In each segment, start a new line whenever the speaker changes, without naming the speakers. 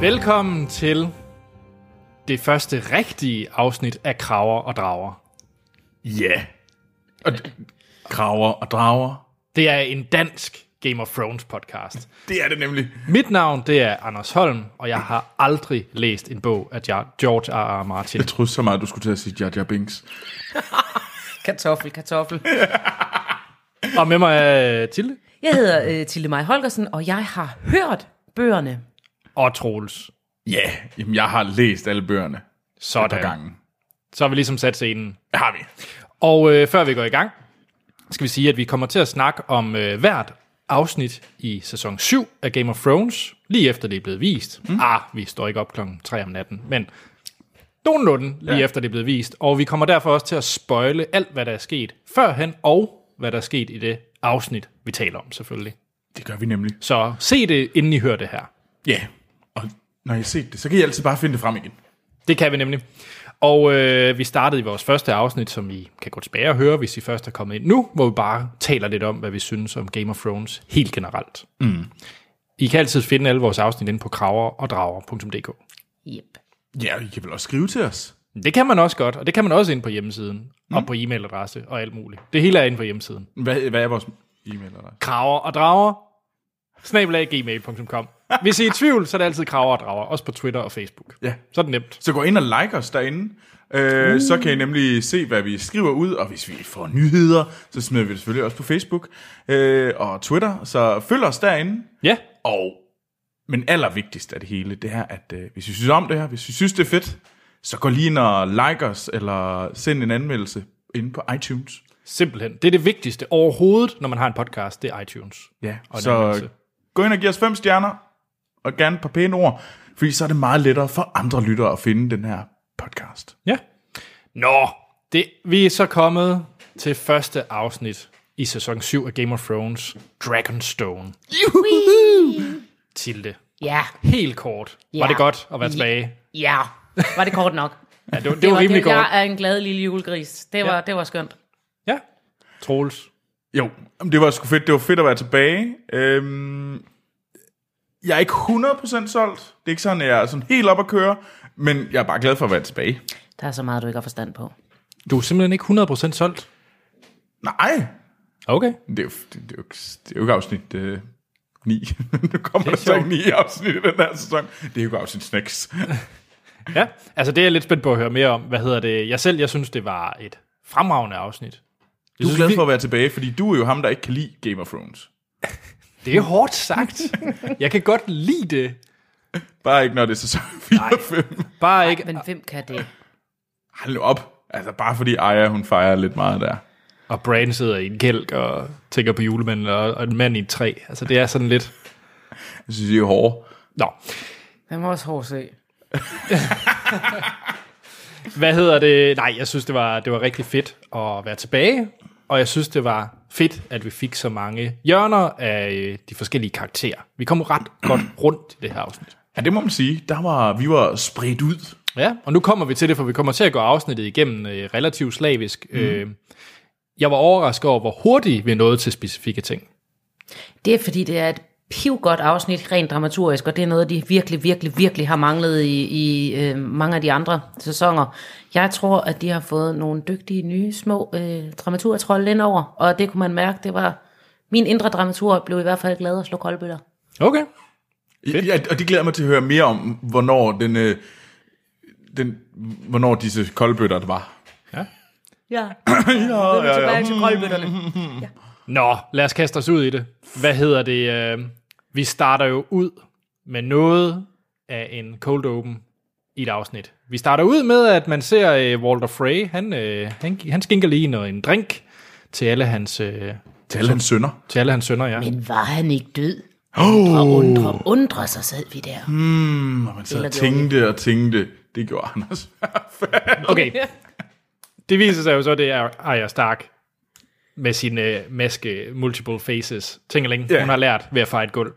Velkommen til det første rigtige afsnit af Kraver og Drager.
Ja. Yeah. Og d- kraver og drager.
Det er en dansk Game of Thrones podcast.
Det er det nemlig.
Mit navn det er Anders Holm, og jeg har aldrig læst en bog af Ja- George R. R. Martin.
Jeg troede så meget, du skulle til at sige Jar Jar Binks.
Kartoffel, kartoffel.
Og med mig er Tilde
Jeg hedder øh, Tilde Maj Holgersen, og jeg har hørt bøgerne.
og Troels.
Ja, yeah. jamen jeg har læst alle bøgerne et par
Sådan.
gange.
Så har vi ligesom sat scenen.
Det har vi.
Og øh, før vi går i gang, skal vi sige, at vi kommer til at snakke om øh, hvert afsnit i sæson 7 af Game of Thrones, lige efter det er blevet vist. Mm. Ah, vi står ikke op klokken 3 om natten, men nogenlunde lige ja.
Ja.
efter det er blevet vist. Og vi kommer derfor også til at spoile alt, hvad der er sket førhen, og hvad der er sket i det afsnit, vi taler om selvfølgelig.
Det gør vi nemlig.
Så se det, inden I hører det her.
Ja. Yeah. Og når I har set det, så kan I altid bare finde det frem igen.
Det kan vi nemlig. Og øh, vi startede i vores første afsnit, som I kan gå tilbage og høre, hvis I først er kommet ind nu, hvor vi bare taler lidt om, hvad vi synes om Game of Thrones helt generelt. Mm. I kan altid finde alle vores afsnit inde på kraverogdrager.dk.
Yep.
Ja, og I kan vel også skrive til os.
Det kan man også godt, og det kan man også ind på hjemmesiden, mm. og på e-mailadresse og alt muligt. Det hele er inde på hjemmesiden.
Hvad, hvad er vores e-mail eller?
Kraver og drager, snabel-a gmail.com. Hvis I er i tvivl, så er det altid kraver og drager, også på Twitter og Facebook.
Ja.
Så er det nemt.
Så gå ind og like os derinde. Øh, uh. Så kan I nemlig se, hvad vi skriver ud, og hvis vi får nyheder, så smider vi det selvfølgelig også på Facebook øh, og Twitter. Så følg os derinde.
Ja,
Og, men allervigtigst af det hele, det er, at øh, hvis I synes om det her, hvis I synes, det er fedt, så gå lige ind og like os, eller send en anmeldelse inde på iTunes.
simpelthen. Det er det vigtigste overhovedet, når man har en podcast, det er iTunes.
Ja,
Og en
så
anmeldelse.
gå ind og giv os fem stjerner, og gerne et par pæne ord, fordi så er det meget lettere for andre lyttere at finde den her podcast.
Ja. Nå, det, vi er så kommet til første afsnit i sæson 7 af Game of Thrones, Dragonstone. Tilde.
Ja,
Helt kort. Yeah. Var det
Ja.
godt at være tilbage?
ja. Var det kort nok?
Ja, det, var- det var rimelig
det,
godt.
Jeg er en glad lille julegris. Det var, ja. det var skønt.
Ja. Troels.
Jo, jamen, det var sgu fedt. Det var fedt at være tilbage. Øhm, jeg er ikke 100% solgt. Det er ikke sådan, at jeg er sådan helt op at køre, men jeg er bare glad for at være tilbage.
Der er så meget, du ikke har forstand på.
Du er simpelthen ikke 100% solgt.
Nej,
Okay.
Det er jo, det, det er jo, ikke- det er jo ikke afsnit øh, 9. nu kommer der
sjovt.
så 9 afsnit i den her sæson. Det er jo ikke afsnit 6.
Ja, altså det er jeg lidt spændt på at høre mere om. Hvad hedder det? Jeg selv, jeg synes, det var et fremragende afsnit. Jeg
Du er
synes,
glad
vi-
for at være tilbage, fordi du er jo ham, der ikke kan lide Game of Thrones.
Det er hårdt sagt. jeg kan godt lide det.
Bare ikke, når det er sæson 4 og 5.
Bare ikke...
Men hvem kan det?
Hold nu op. Altså bare fordi Aya, hun fejrer lidt meget der.
Og Bran sidder i en kælk og tænker på julemanden og, og en mand i et træ. Altså, det er sådan lidt...
Jeg synes, det er hårdt.
Nå,
Den var også hård at se.
hvad hedder det? Nej, jeg synes, det var, det var rigtig fedt at være tilbage. Og jeg synes, det var fedt, at vi fik så mange hjørner af øh, de forskellige karakterer. Vi kom ret godt rundt i det her afsnit.
Ja, det må man sige. Der var, vi var spredt ud.
Ja, og nu kommer vi til det, for vi kommer til at gå afsnittet igennem øh, relativt slavisk. Mm. Øh, jeg var overrasket over, hvor hurtigt vi nåede til specifikke ting.
Det er fordi, det er et pivgodt afsnit, rent dramaturgisk, og det er noget, de virkelig, virkelig, virkelig har manglet i, i øh, mange af de andre sæsoner. Jeg tror, at de har fået nogle dygtige, nye, små øh, dramaturgetrolde indover, og det kunne man mærke, det var... Min indre dramatur blev i hvert fald glad og slå koldbøtter.
Okay.
Ja, og det glæder jeg mig til at høre mere om, hvornår den... Øh, den hvornår disse koldbøtter der var.
Ja, ja, ja, ja. tilbage til koldbøtterne.
Nå, lad os kaste os ud i det. Hvad hedder det? Øh, vi starter jo ud med noget af en cold open i et afsnit. Vi starter ud med, at man ser øh, Walter Frey. Han, øh, han, han skinker lige noget, en drink til alle hans, øh,
Til alle hans sønner.
til alle hans sønner, ja.
Men var han ikke død? Undre, undre, undre, så sad vi der.
Mm.
Når man så
Eller det
tænkte og tænkte, det gjorde Anders.
Okay. Det viser sig jo så, det er Arya Stark med sin øh, maske Multiple Faces. Tingeling,
Ja.
hun har lært ved at fejre et gulv.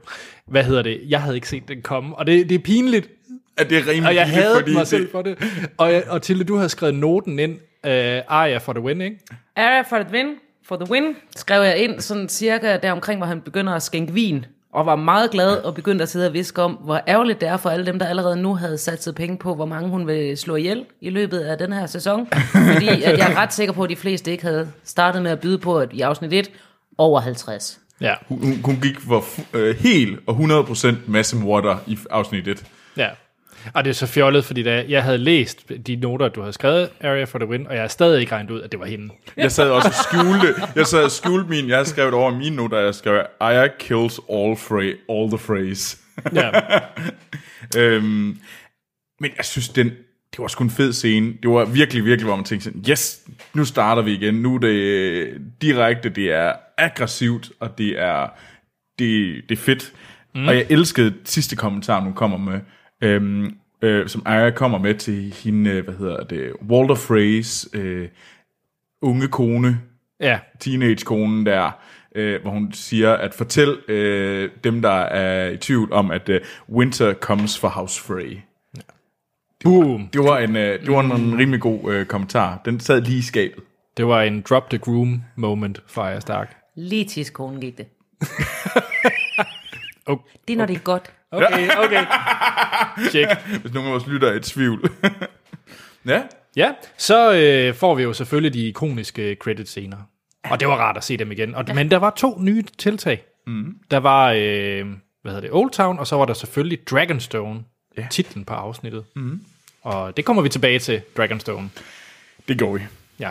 Hvad hedder det? Jeg havde ikke set den komme, og det, det er pinligt,
At det er rimelig
Og jeg
pinligt,
havde
fordi
mig
det-
selv for det. Og, jeg- og Tilde, du havde skrevet noten ind. Uh, Arya for the win, ikke?
Ara for the win, for the win, skrev jeg ind sådan cirka der omkring, hvor han begynder at skænke vin. og var meget glad og begyndte at sidde og viske om, hvor ærgerligt det er for alle dem, der allerede nu havde satset penge på, hvor mange hun ville slå ihjel i løbet af den her sæson. Fordi at jeg er ret sikker på, at de fleste ikke havde startet med at byde på, at i afsnit 1, over 50.
Ja,
Hun, hun- hun gik for fu- øh, helt og 100% massemorder i f- afsnit 1.
ja. Og det er så fjollet, fordi da jeg havde læst de noter, du havde skrevet, Area for the Win, og jeg har stadig ikke regnet ud, at det var hende.
Jeg sad også og skjulte, jeg sad og skjulte min, jeg skrev det over mine noter, jeg skrev, Aya kills all, fra- all the phrase.
Ja.
Øhm, men jeg synes, den, det var sgu en fed scene. Det var virkelig, virkelig, hvor man tænkte sådan, yes, nu starter vi igen. Nu er det øh, direkte, det er aggressivt, og det er, det, det er fedt. Mm. Og jeg elskede sidste kommentar, hun kommer med, øhm, øh, som Aya kommer med til hende, øh, hvad hedder det, Walter Freys øh, unge kone,
ja.
teenage-konen der, øh, hvor hun siger, at fortæl øh, dem, der er i tvivl om, at øh, winter comes for House Frey.
Boom.
Det var en, øh, det var en, en rimelig god øh, kommentar. Den sad lige i skabet.
Det var en drop the groom moment fra Arya Stark.
Lige til skolen gik det.
Okay.
Det er, når det er godt.
Okay, okay. Check.
Hvis nogen af os lytter er i tvivl. ja,
Ja, så øh, får vi jo selvfølgelig de ikoniske credit scener. Og det var rart at se dem igen. Og, men der var to nye tiltag.
Mm-hmm.
Mm. Der var, øh, hvad hedder det, Old Town, og så var der selvfølgelig Dragonstone, ja. titlen på afsnittet.
Mm-hmm.
Mm. Og det kommer vi tilbage til, Dragonstone.
det går vi.
Ja.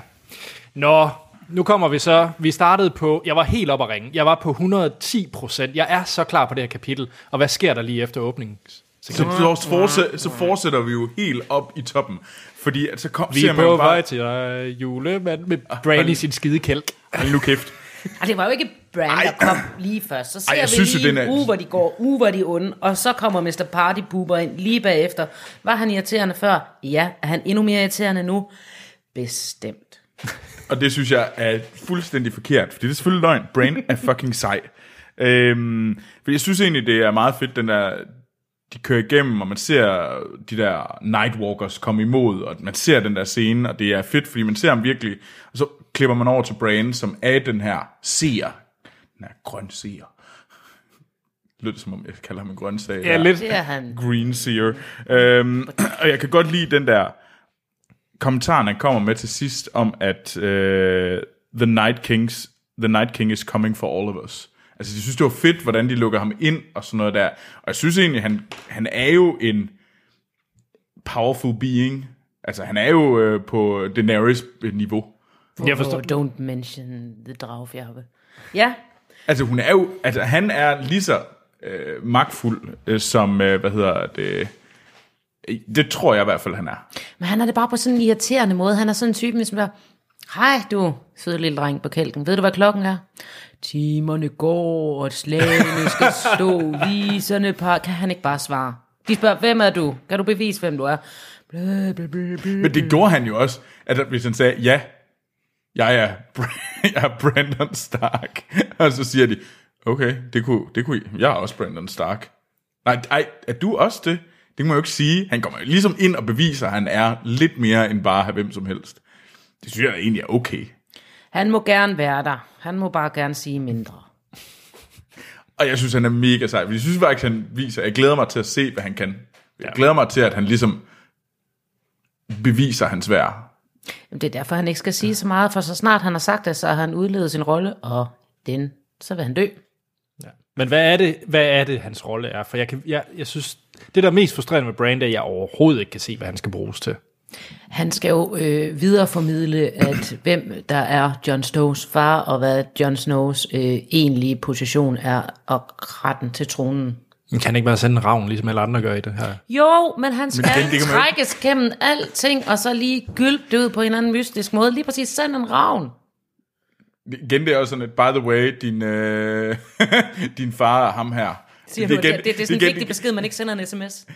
Nå, nu kommer vi så. Vi startede på, jeg var helt op at ringe. Jeg var på 110 procent. Jeg er så klar på det her kapitel. Og hvad sker der lige efter åbningen?
Så, så, fortsæt, så fortsætter vi jo helt op i toppen. Fordi at så kom,
Vi
ser
er
man jo
på
bare- Ah,
vej til øh, julemand med Brandy i sin skide kælk.
Hold nu kæft.
Ej, Altså, det var jo ikke Brand, der kom lige først. Så ser
Ej, jeg
vi
synes jo,
lige
den
en
er-
uge, hvor de går, uge, hvor de er onde, og så kommer Mr. Party Boober ind lige bagefter. Var han irriterende før? Ja. Er han endnu mere irriterende nu? Bestemt.
Og det synes jeg er fuldstændig forkert, fordi det er selvfølgelig løgn. Brain er fucking sej. Øhm, for jeg synes egentlig, det er meget fedt, den der, de kører igennem, og man ser de der Nightwalkers komme imod, og man ser den der scene, og det er fedt, fordi man ser ham virkelig, og så klipper man over til Brain, som er den her seer. Den her grøn seer. Lød det, som om jeg kalder ham en grøn seer.
Ja, lidt.
Det er han.
Green Seer. Øhm, og jeg kan godt lide den der kommentar, han kommer med til sidst, om at øh, the, Night Kings, the Night King is coming for all of us. Altså, jeg synes, det var fedt, hvordan de lukker ham ind og sådan noget der. Og jeg synes egentlig, han, han er jo en powerful being. Altså, han er jo øh, på øh, Daenerys-niveau.
Jeg forstår.
Oh, don't mention the dragfjerbe. Ja,
Altså, hun er jo, altså, han er lige så øh, magtfuld øh, som, øh, hvad hedder det... Det tror jeg i hvert fald, han er.
men han er det bare på sådan en irriterende måde. Han er sådan en type, som der, hej du, søde lille dreng på kælken. Ved du, hvad klokken er? Timerne går, og slagene skal stå, viserne par. Kan han ikke bare svare? De spørger, hvem er du? Kan du bevise, hvem du er? Blæ, blæ, blæ, blæ.
Men det gjorde han jo også, at hvis han sagde, ja, jeg er, Br- jeg er Brandon Stark. Og så siger de, okay, det kunne, det kunne I. Jeg er også Brandon Stark. Nej, ej, er du også det? Det må jeg jo ikke sige. Han kommer jo ligesom ind og beviser, at han er lidt mere end bare hvem som helst. Det synes jeg da egentlig er okay.
Han må gerne være der. Han må bare gerne sige mindre.
Og jeg synes, han er mega sej. fordi Jeg synes faktisk, han viser. Jeg glæder mig til at se, hvad han kan. Jeg glæder mig til, at han ligesom beviser hans værd.
Jamen, det er derfor, han ikke skal sige så meget, for så snart han har sagt det, så har han udlevet sin rolle, og den, så vil han dø.
Men hvad er det, hvad er det hans rolle er? For jeg, kan, jeg, jeg synes, det der er mest frustrerende med Brand, er, at jeg overhovedet ikke kan se, hvad han skal bruges til.
Han skal jo øh, videreformidle, at hvem der er Jon Snows far, og hvad Jon Snows øh, egentlige position er, og retten til tronen.
Han kan ikke bare sende en ravn, ligesom alle andre gør i det her.
Jo, men han skal
igen, det
men
kan man jo
trækkes gennem alting, og så lige gylpe det ud på en eller anden mystisk måde. Lige præcis, send en ravn.
Igen, det er også sådan et, by the way, din, øh, din far er ham her.
Siger det,
igen-
det, det, er sådan en
igen-
vigtig besked, man ikke sender en sms.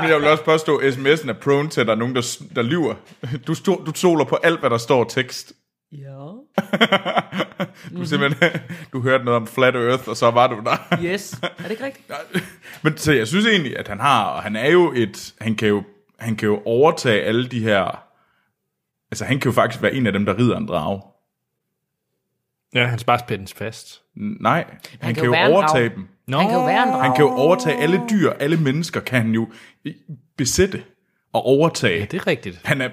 Men jeg vil også påstå, at sms'en er prone til, at der er nogen, der, s- der lyver. Du, stol, du soler på alt, hvad der står tekst.
Ja. Mhm.
Du, simpelthen, du hørte noget om flat earth, og så var du der.
Yes. Er det ikke rigtigt?
Men så jeg synes egentlig, at han har, og han er jo et, han kan jo, han kan jo overtage alle de her, altså han kan jo faktisk være en af dem, der rider en drage.
Ja, han sparer spændens fast.
Nej, han, han
kan
kan,
jo være
jo
en
overtage
drag.
dem.
Nå,
Han kan jo være en
Han
drag.
kan jo overtage alle dyr, alle mennesker kan han jo i- besætte og overtage.
Ja, det er rigtigt.
Han er,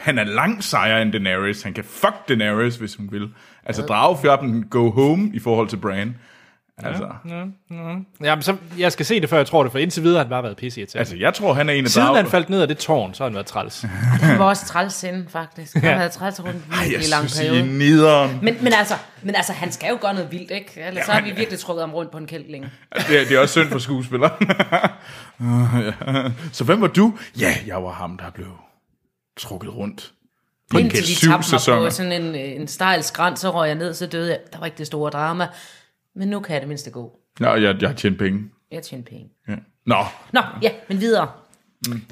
han er langt sejere end Daenerys. Han kan fuck Daenerys, hvis hun vil. Altså, dragefjørten go home i forhold til Bran. Altså, ja.
Ja, men så, jeg skal se det, før jeg tror det, for indtil videre har han bare været pisse
altså
altså,
jeg tror, han er en af
Siden han
drage...
faldt ned af det tårn, så har han været træls.
Han var også træls inden, faktisk. Han
Ja.
havde træls rundt en
Jeg
virkelig lang
synes, I er
periode.
nederen.
Men, men, altså, men altså, han skal jo gøre noget vildt, ikke? Ellers så har vi virkelig trukket ham rundt på en kæld længe.
Det, er- det er også synd for skuespilleren. Åh, ja. Så hvem var du? Ja, jeg var ham, der blev trukket rundt. På
Indtil de
syv
tabte mig
sæsoner.
på sådan en, øh, en stejl skrand, så røg jeg ned, så døde jeg. Der var ikke det store drama. Men nu kan jeg det mindste gå.
Nå, jeg, jeg har tjent penge.
Jeg tjener penge.
Ja. Nå,
Nå, ja, men videre.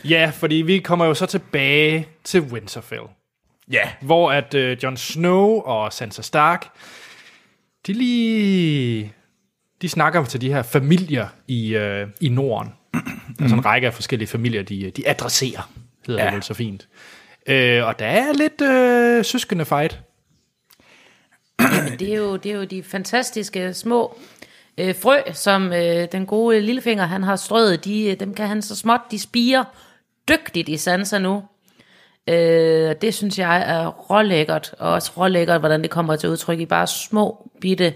ja, fordi vi kommer jo så tilbage til Winterfell.
ja.
hvor at øh, Jon Snow og Sansa Stark, de lige, de snakker til de her familier i, øh, i Norden. Altså en række af forskellige familier, de, øh, de adresserer, hedder ja. det vel så fint. Øh, og der er lidt øh, søskende fight.
Jamen, det, er jo, det er jo de fantastiske små øh, frø, som øh, den gode lillefinger, han har strøget. De, øh, dem kan han så småt, de spiger dygtigt i sanser nu. Øh, det synes jeg er rålækkert, og også rålækkert, hvordan det kommer til udtryk i bare små, bitte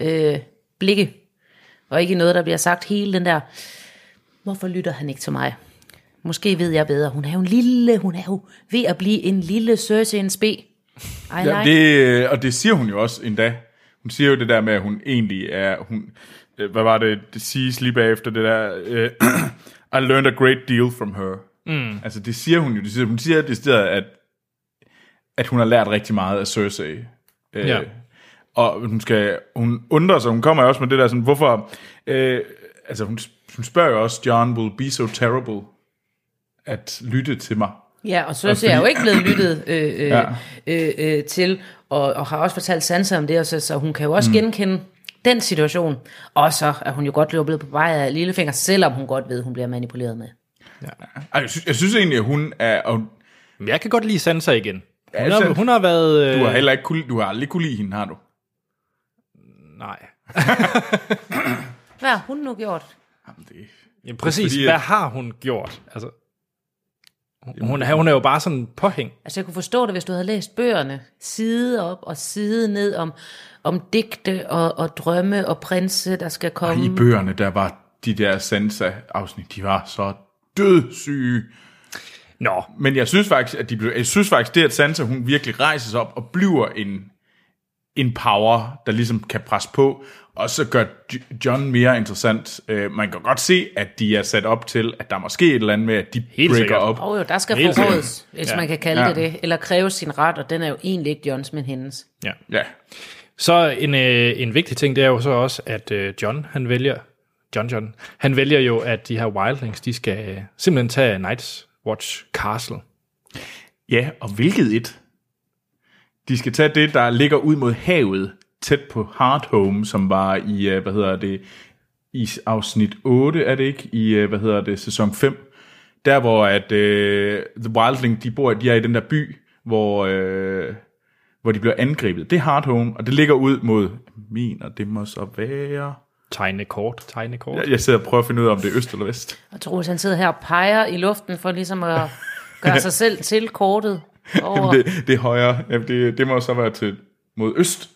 øh, blikke. Og ikke noget, der bliver sagt hele den der, hvorfor lytter han ikke til mig? Måske ved jeg bedre. Hun er jo en lille, hun er jo ved at blive en lille Cersei en spe. Ej, nej.
ja det, øh, og det siger hun jo også endda. Hun siger jo det der med, at hun egentlig er... Hun, øh, hvad var det, det siges lige bagefter det der? Øh, I learned a great deal from her. Mm. Altså det siger hun jo. Det siger, hun siger det stedet, at, at hun har lært rigtig meget af Cersei. Øh,
Ja.
Og hun, skal, hun undrer sig, hun kommer jo også med det der, sådan, hvorfor... Øh, altså hun, hun spørger jo også, John will be so terrible at lytte til mig.
Ja, og Cersei er jo ikke blevet lyttet øh, øh, ja. øh, øh, til, og, og har også fortalt Sansa om det, og så, så hun kan jo også mm. genkende den situation. Og så er hun jo godt løbet på vej af Lillefinger, selvom hun godt ved, hun bliver manipuleret med.
Ej, Jeg synes, jeg synes egentlig, at hun er... Og
Men jeg kan godt lide Sansa igen. Hun,
Ja,
har,
Sansa-
hun har været... Øh,
Du har heller ikke kunne, du har aldrig kunne lide hende, har du?
Nej.
Hvad har hun nu gjort?
Jamen, det...
Jamen, præcis,
Fordi,
fordi,
at-
hvad har hun gjort? Altså, hun, hun, er, hun er jo bare sådan en påhæng.
Altså, jeg kunne forstå det, hvis du havde læst bøgerne side op og side ned om, om digte og, og drømme og prinse, der skal komme.
I bøgerne, der var de der Sansa-afsnit, de var så dødssyge.
Nå,
Men jeg synes faktisk, at de blev, jeg synes faktisk, det at Sansa, hun virkelig rejser sig op og bliver en, en power, der ligesom kan presse på, og så gør J- John mere interessant. Øh, man kan godt se, at de er sat op til, at der er måske et eller andet med, at de
Helt
breaker
sikkert.
op.
Og jo, der skal
Helt
få
sikkert.
råd, hvis
Ja.
ja. man kan kalde
Ja.
ja. det det. Eller kræve sin ret, og den er jo egentlig ikke Johns, men hendes.
ja.
Ja.
Så en, øh, en vigtig ting, det er jo så også, at øh, John, han vælger, John John, han vælger jo, at de her wildlings, de skal øh, simpelthen tage Night's Watch Castle.
ja, og hvilket et? De skal tage det, der ligger ud mod havet, tæt på Hardhome, som var i, øh, hvad hedder det, i afsnit 8, er det ikke? I, øh, hvad hedder det, sæson 5. Der, hvor at, øh, The Wildling, de bor, de er i den der by, hvor, øh, hvor de bliver angrebet. Det er Hardhome, og det ligger ud mod, min, og det må så være...
Tegne kort, tegne kort.
Jeg- Jeg sidder og prøver at finde ud af, om det er øst eller vest.
Og Troels, han sidder her og peger i luften for ligesom at gøre sig selv til kortet over.
Jamen, det, det er højere. Jamen, det, det må så være til mod øst.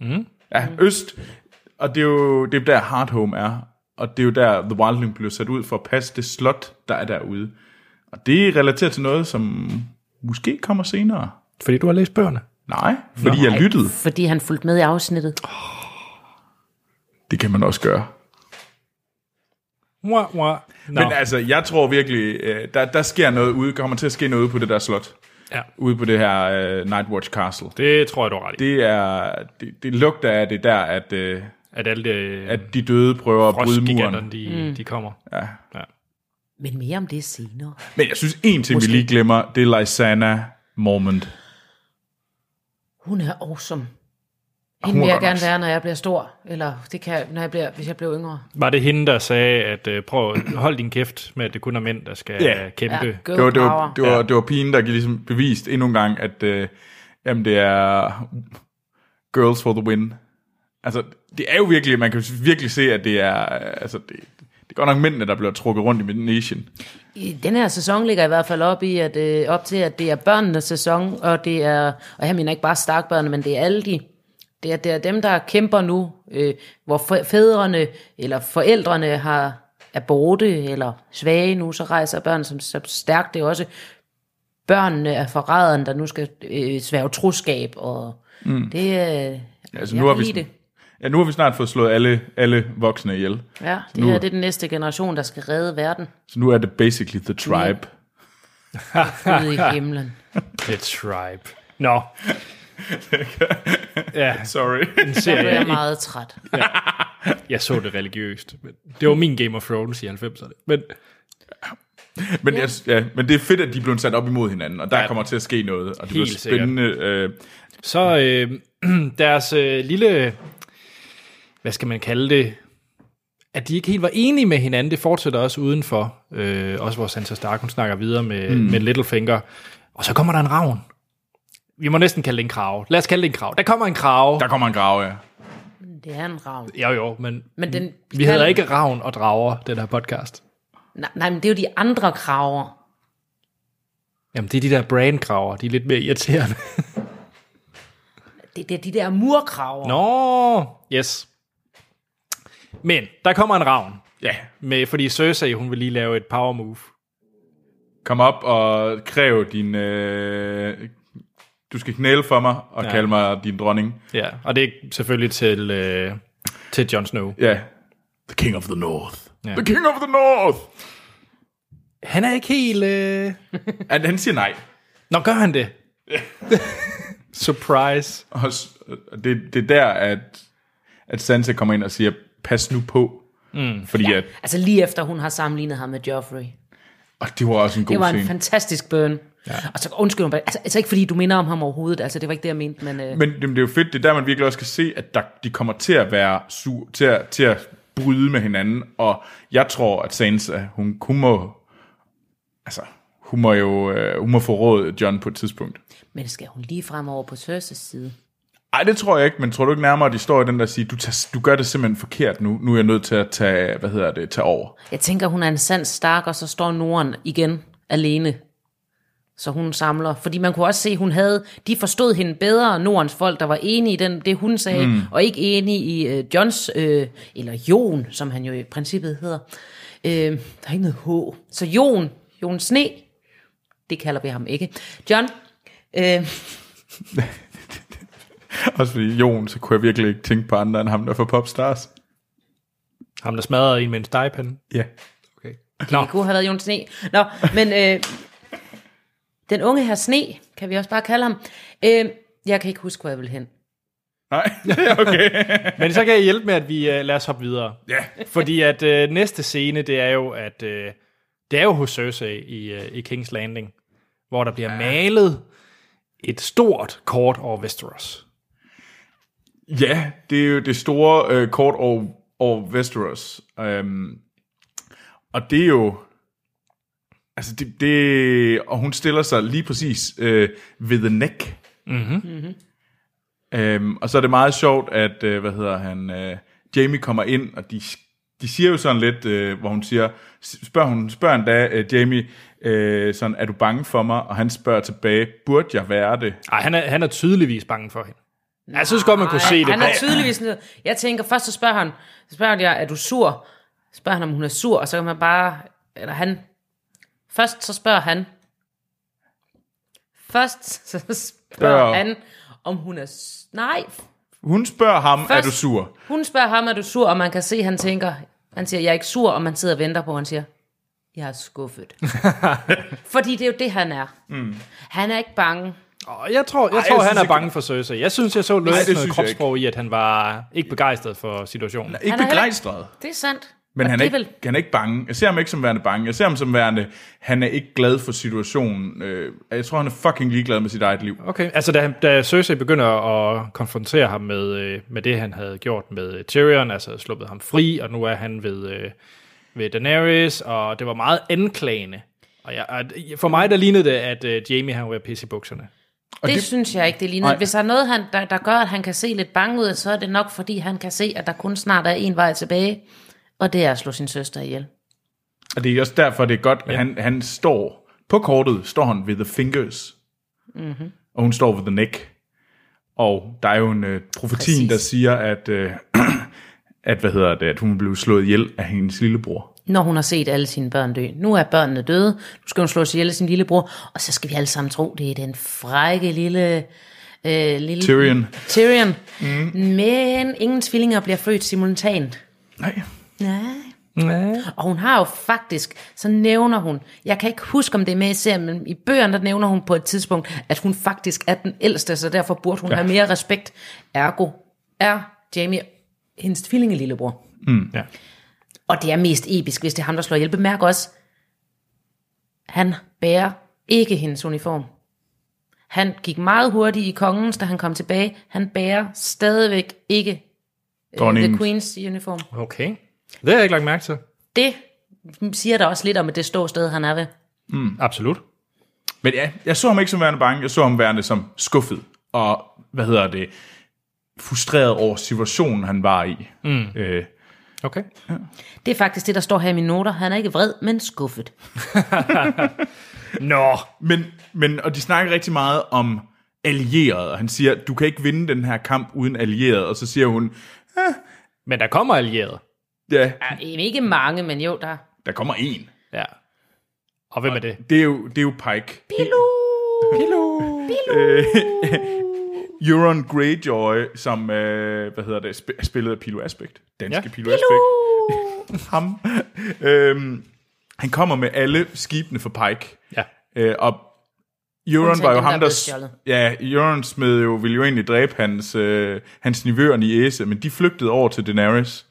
Mm. Ja, øst. Og det er jo det er der Hardhome er. Og det er jo der The Wildling blev sat ud for at passe det slot, der er derude. Og det er relateret til noget, som måske kommer senere.
Fordi du har læst bøgerne.
Nej, fordi jeg lyttede.
Fordi han fulgte med i afsnittet.
Det kan man også gøre.
Mwah, mwah. Nå.
Men altså, jeg tror virkelig, øh, der, der sker noget ude, kommer til at ske noget ude på det der slot.
ja,
Ude på det her uh, Nightwatch Castle.
det tror jeg, du har ret i.
Det er, det, det lugter af det der, at, øh,
At alle øh,
at de døde prøver at bryde muren.
frostgiganterne, de, mm. de kommer. Ja. ja.
Men mere om det senere.
Men jeg synes, en ting, vi lige glemmer, det er Lysana Mormont.
Hun er awesome.
Hun
Hende
er
vil jeg
godt
gerne
awesome.
være, når jeg bliver stor. Eller det kan jeg, når jeg bliver, hvis jeg bliver yngre.
Var det hende, der sagde, at øh, prøv at holde din kæft med, at det kun er mænd, der skal
Ja.
yeah. kæmpe?
Ja,
Ja.
girl
Det var, det var,
power.
det var, det var pigen, der ligesom bevist endnu en gang, at øh, Jamen, det er Girls for the Win. Altså, det er jo virkelig, man kan virkelig se, at det er, altså, det, det er godt nok mændene, der bliver trukket rundt i Midnation.
I den her sæson ligger i hvert fald op, i, at, øh, op til, at det er børnenes sæson, og det er, og jeg mener ikke bare starkbørnene, men det er alle de, det er, det er dem, der kæmper nu, øh, hvor fæ- fædrene eller forældrene har er borte eller svage nu, så rejser børn som så stærkt. Det er også børnene af forræderen, der nu skal øh, sværge troskab, og mm. det, øh, altså, jeg nu har vi det.
Ja, nu har vi snart fået slået alle, alle voksne ihjel.
Ja, det
nu-
her det er den næste generation, der skal redde verden
Så nu er det basically the tribe.
ude i himlen.
The Tribe. Nå. ja,
Sorry.
en
Så blev
serie.
jeg
Jeg,
meget træt.
jeg så det religiøst. Men det var min Game of Thrones i 90'erne. Men
Men, ja. Ja, men det er fedt, at de er blevet sat op imod hinanden, og der
Ja.
ja. kommer til at ske noget, og det bliver
Helt sikkert.
spændende. Øh,
så øh, deres øh, lille, hvad skal man kalde det, at de ikke helt var enige med hinanden, det fortsætter også udenfor. Øh, også hvor Sansa Stark, hun snakker videre med, mm. med Littlefinger. Og så kommer der en ravn. Vi må næsten kalde det en krav. Lad os kalde det en krav. Der kommer en krav.
der kommer en grave, ja.
Det er en ravn.
Jo jo, men
Men den
vi hedder ikke ravn og drager, den her podcast.
Nej, nej, men det er jo de andre kraver.
Jamen, det er de der brandkraver, de er lidt mere irriterende.
Det, det er de der murkraver.
Nå, yes. Men, der kommer en ravn.
Ja,
Med, fordi Cersei, hun vil lige lave et power move.
kom op og kræv din... Øh, du skal knæle for mig og ja. kalde mig din dronning.
Ja, og det er selvfølgelig til, øh, til Jon Snow.
Ja. The king of the north.
Ja.
Ja. The king of the north!
Han er ikke helt... Øh...
Han, han siger nej.
Nå, gør han det? Surprise.
Og s- og det, det er der, at, at Sansa kommer ind og siger, pas nu på. Mm. Fordi ja. at,
Altså lige efter hun har sammenlignet ham med Joffrey.
og det var også en god
Det var en
scene.
fantastisk burn. Ja. Og så undskyld mig, altså, altså ikke fordi du minder om ham overhovedet, altså det var ikke det jeg mente, men øh,
Men jamen, det er jo fedt, det er der, man virkelig også kan se, at der, de kommer til at være sur, til at, til at bryde med hinanden, og jeg tror, at Sansa, hun, hun må, altså, hun må jo, øh, hun må få råd John på et tidspunkt.
men skal hun lige frem over på Cersei's side?
Ej, det tror jeg ikke, men tror du ikke nærmere, at de står i den der og siger, du, tager, du gør det simpelthen forkert nu, nu er jeg nødt til at tage, hvad hedder det, tage over.
Jeg tænker hun er en sand stark, og så står Norden igen alene. Så hun samler, fordi man kunne også se, hun havde, de forstod hende bedre, Nordens folk, der var enige i den, det hun sagde, mm. og ikke enige i øh, Johns, øh, eller Jon, som han jo i princippet hedder. Øh, der er ikke noget H. Så Jon, Jon Sne, det kalder vi ham ikke. John, øh,
Også fordi Jon, så kunne jeg virkelig ikke tænke på andre end ham, der får popstars.
Ham, der smadrede en med en stegepande.
Ja.
Okay.
Det kunne have været Jon Sne. Nå, men øh, den unge her Sne, kan vi også bare kalde ham. Øh, jeg kan ikke huske, hvor jeg vil hen.
Nej, okay.
Men så kan jeg hjælpe med, at vi uh, lader os hoppe videre.
ja.
Fordi at øh, næste scene, det er jo, at øh, det er jo hos Cersei i, øh, i King's Landing, hvor der bliver ja. malet et stort kort over Westeros.
Ja, det er jo det store øh, kort over, over Westeros. Øhm, og det er jo... Altså, det, det... Og hun stiller sig lige præcis øh, ved The Neck.
Mm-hmm.
Mm-hmm. Øhm, og så er det meget sjovt, at, øh, hvad hedder han, øh, Jamie kommer ind, og de, de siger jo sådan lidt, øh, hvor hun siger, spørger hun, spørger endda øh, Jamie, øh, sådan, er du bange for mig? Og han spørger tilbage, burde jeg være det?
Ej, han er, han er tydeligvis bange for hende. Nej, jeg synes godt, man kunne se det.
han
på-
er tydeligvis sådan noget. Jeg tænker, først så spørger han, så spørger jeg, er du sur? Så spørger han, om hun er sur, og så kan man bare, eller han, først så spørger han, først så spørger
Spørger.
han, om hun er, s- nej,
Hun spørger ham, Først. er
Først-
du sur?
hun spørger ham, er du sur, og man kan se, han tænker, han siger, jeg er ikke sur, og man sidder og venter på, og han siger, jeg er skuffet. Fordi det er jo det, han er. Mm. Han er ikke bange.
Åh, Jeg tror, jeg
Ej,
tror
jeg
han
synes
er
ikke-
bange for Cersei. Jeg synes, jeg så lidt
det
sådan noget
synes jeg ikke.
kropssprog i, at han var ikke begejstret for situationen.
Ikke
Han er heller-
begejstret.
Det er sandt.
Men
Og
han er,
det
ikke,
vel-
han er ikke bange. Jeg ser ham ikke som værende bange. Jeg ser ham som værende, han er ikke glad for situationen. Øh, Jeg tror, han er fucking ligeglad med sit eget liv.
Okay, altså da, han- da Cersei begynder at konfrontere ham med, øh, med det, han havde gjort med øh, Tyrion, altså sluppet ham fri, og nu er han ved, øh, ved Daenerys, og det var meget anklagende. Og jeg, og for mig der lignede det, at øh, Jamie han var ved at pisse i bukserne.
Og
det,
det-
det synes jeg ikke, det ligner.
Nej.
Nej. Hvis der er noget, han, der, der gør, at han kan se lidt bange ud, så er det nok, fordi han kan se, at der kun snart er en vej tilbage, og det er at slå sin søster ihjel.
Og det er også derfor, det er godt, at han, han står, på kortet står han ved the fingers, mm-hmm.
Mhm.
og hun står ved the neck. Og der er jo en øh, profetien,
Præcis.
der siger, at, øh, at, hvad hedder det, at hun blev slået ihjel af hendes lillebror.
Når hun har set alle sine børn dø. Nu er børnene døde, nu skal hun slå sig ihjel af sin lillebror, og så skal vi alle sammen tro, det er den frække lille... Øh, lille
Tyrion.
Tyrion. Mm. Men ingen tvillinger bliver født simultant.
Nej.
Nej.
Nej.
Og hun har jo faktisk, så nævner hun, jeg kan ikke huske, om det er med i serien, men i bøgerne, der nævner hun på et tidspunkt, at hun faktisk er den ældste, så derfor burde hun ja. have mere respekt. Ergo er Jamie hendes tvillingelillebror.
Ja.
Og det er mest episk, hvis det er ham, der slår ihjel. Bemærk også, han bærer ikke hendes uniform. Han gik meget hurtigt i kongens, da han kom tilbage. Han bærer stadigvæk ikke øh, The
Dronningen.
Queens uniform.
Okay. Det har jeg ikke lagt mærke til.
Det siger der også lidt om, at det ståsted, han er ved.
Absolut.
Men ja, jeg så ham ikke som værende bange, jeg så ham værende som skuffet, og hvad hedder det, frustreret over situationen, han var i. Mm. Øh,
Okay.
Det er faktisk det, der står her i mine noter. Han er ikke vred, men skuffet.
Nå.
Men, men, og de snakker rigtig meget om allierede, og han siger, du kan ikke vinde den her kamp uden allierede, og så siger hun,
Men der kommer allierede.
ja,
Ej, Ikke mange, men jo, der...
der kommer en.
Ja. Og hvem er det?
Det er jo, det er jo Pike.
Pilu!
Euron Greyjoy, som, øh, hvad hedder det, sp- spillet af Pilo Aspect. Danske
Ja.
ja. Pilo Aspect. Ham. øhm, han kommer med alle skibene for Pike.
Ja.
Øh, og Euron
Undtagen
var jo
dem, der
ham,
er
der...
blevet
s-
stjålet.
Ja, Euron smed jo, ville jo egentlig dræbe hans, øh, hans nivøer og niæse, men de flygtede over til Daenerys.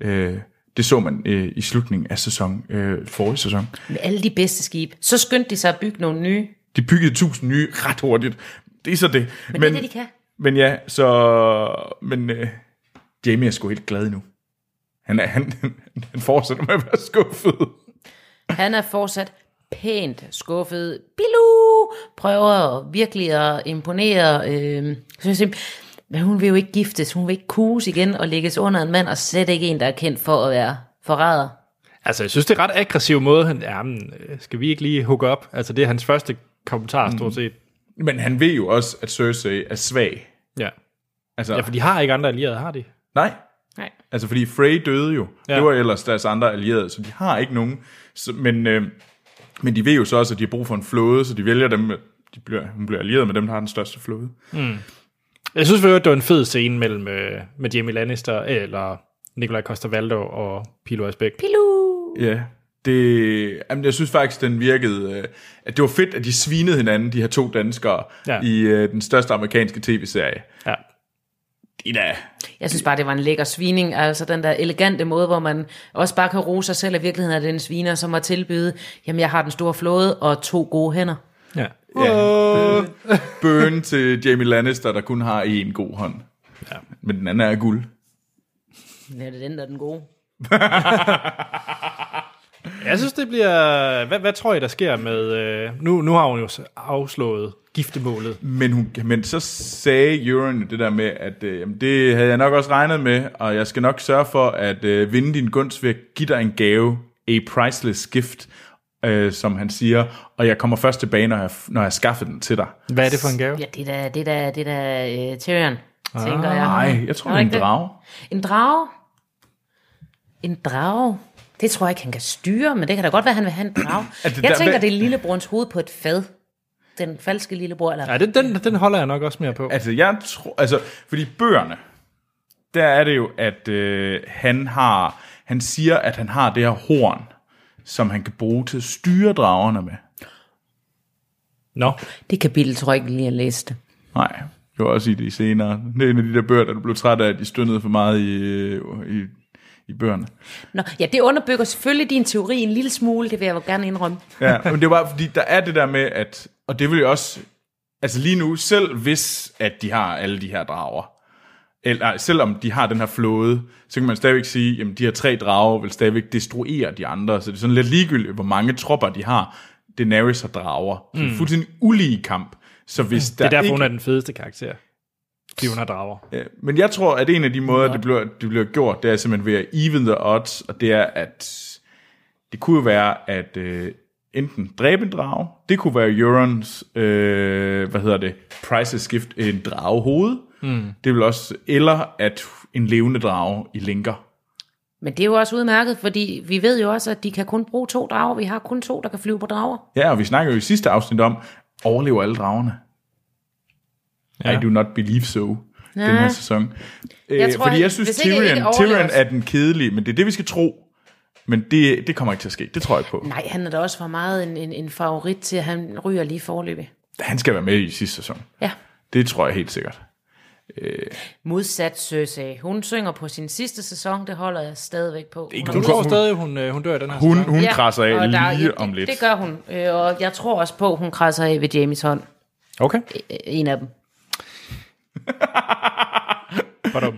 Øh, det så man øh, i slutningen af sæson, øh, forrige sæson.
Med alle de bedste skibe. Så skyndte de sig at bygge nogle nye.
De byggede tusind nye ret hurtigt. Det er så det. Men,
Men, det er det, de kan.
men ja, så... Men øh, Jamie er sgu helt glad nu. Han, er, han, han fortsætter med at være skuffet.
Han er fortsat pænt skuffet. Pilu! Prøver virkelig at imponere. Øh, så jeg siger, men hun vil jo ikke giftes. Hun vil ikke kuges igen og lægges under en mand, og slet ikke en, der er kendt for at være forræder.
Altså, jeg synes, det er ret aggressiv måde. Han, jamen, øh, skal vi ikke lige hook op? Altså, det er hans første kommentar, stort set.
Men han ved jo også, at Cersei er svag.
Ja.
Altså,
Ja, for de har ikke andre allierede, har de?
nej,
Nej.
Altså, fordi Frey døde jo. Ja.
Ja.
Det var ellers deres andre allierede, så de har ikke nogen. Så, men, øh, men de ved jo så også, at de har brug for en flåde, så de vælger dem. De bliver, hun bliver allieret med dem, der har den største flåde.
Jeg synes for øvrigt, det var en fed scene mellem øh, med Jamie Lannister, øh, eller Nikolaj Coster-Valdau og Pilo Asbæk.
Pilu!
Ja, det, jamen, jeg synes faktisk, den virkede... Øh, at det var fedt, at de svinede hinanden, de her to danskere, ja.
Ja.
i øh, den største amerikanske tv-serie.
Ja.
Det er da...
Jeg synes bare, det var en lækker svining, altså den der elegante måde, hvor man også bare kan rose sig selv, at i virkeligheden er det en sviner, som har tilbyde, jamen jeg har den store flåde og to gode hænder.
ja.
Ja, bøn til Jamie Lannister, der kun har én god hånd. Ja. Men den anden er af guld.
Ja, det er den, der er den gode.
Jeg synes, det bliver... Hvad, hvad tror I, der sker med... Øh, nu, nu har hun jo så afslået giftemålet.
Men, hun, men så sagde Euron jo det der med, at øh, jamen, det havde jeg nok også regnet med, og jeg skal nok sørge for at øh, vinde din gunst ved at give dig en gave, a priceless gift, øh, som han siger, og jeg kommer først tilbage, når jeg, når jeg har skaffet den til dig.
Hvad er det for en gave?
Ja, det er da, det er da, det er da uh, Tyrion, tænker jeg.
Ah, Nej, jeg tror, det er en
ikke det?
drage.
En drage? En drage? Det tror jeg ikke, han kan styre, men det kan da godt være, han vil have en drage.
Er det
jeg
der-
tænker,
hvad-
det er lillebrorens hoved på et fad. Den falske lillebror, eller?
Ja, den, den, den holder jeg nok også mere på.
Altså, jeg tror, altså, fordi bøgerne, der er det jo, at øh, han har, han siger, at han har det her horn, som han kan bruge til at styre dragerne med.
Nå,
Det kapitel tror jeg ikke lige, jeg læste.
Nej, det var også i de senere. Det er en af de der bøger, der du blev træt af, at de stønnede for meget i, øh, i, i bøgerne.
Nå, ja, det underbygger selvfølgelig din teori en lille smule, det vil jeg jo gerne indrømme.
Ja, men det var fordi, der er det der med, at, og det vil jo også, altså lige nu, selv hvis, at de har alle de her drager, eller ej, selvom de har den her flåde, så kan man stadigvæk sige, jamen de her tre drager vil stadigvæk destruere de andre, så det er sådan lidt ligegyldigt, hvor mange tropper de har. Daenerys har drager. Så Det er en fuldstændig ulige kamp. Så hvis
Mm. Det
der
er derfor,
ikke,
hun er den fedeste karakter. Fordi hun har drager.
Ja, Men jeg tror, at en af de måder, det bliver, det bliver gjort, det er simpelthen ved at even the odds, og det er, at det kunne jo være, at øh, enten dræbe en drage, det kunne være Eurons, øh, hvad hedder det, prices skift en dragehoved, mm. det vil også, eller at en levende drage i linker.
Men det er jo også udmærket, fordi vi ved jo også, at de kan kun bruge to drager. Vi har kun to, der kan flyve på drager.
Ja, og vi snakker jo i sidste afsnit om, overlever alle dragerne? Ja. I do not believe so. Ja. Den her sæson. Jeg
tror,
tror, Fordi
han-
jeg synes,
hvis ikke en
Tyrion,
overlever-
Tyrion er den kedelige, men det er det, vi skal tro. Men det, det kommer ikke til at ske. Det tror jeg ikke på.
Nej, han er da også for meget en, en, en favorit til, at han ryger lige forløbig.
Han skal være med i sidste sæson.
Ja.
Det tror jeg helt sikkert.
Modsat Cersei. Hun synger på sin sidste sæson, det holder jeg stadigvæk på.
ikke
Hun
Hun
Hun-
tror
hun-
stadig, hun, øh, hun dør i den her
Hun,
sæson.
hun ja, krasser af
og
lige
der-
det,
det,
om lidt.
Det gør hun, øh, og jeg tror også på, at hun krasser af ved Jamies hånd.
Okay.
Øh, En af dem.
Badum.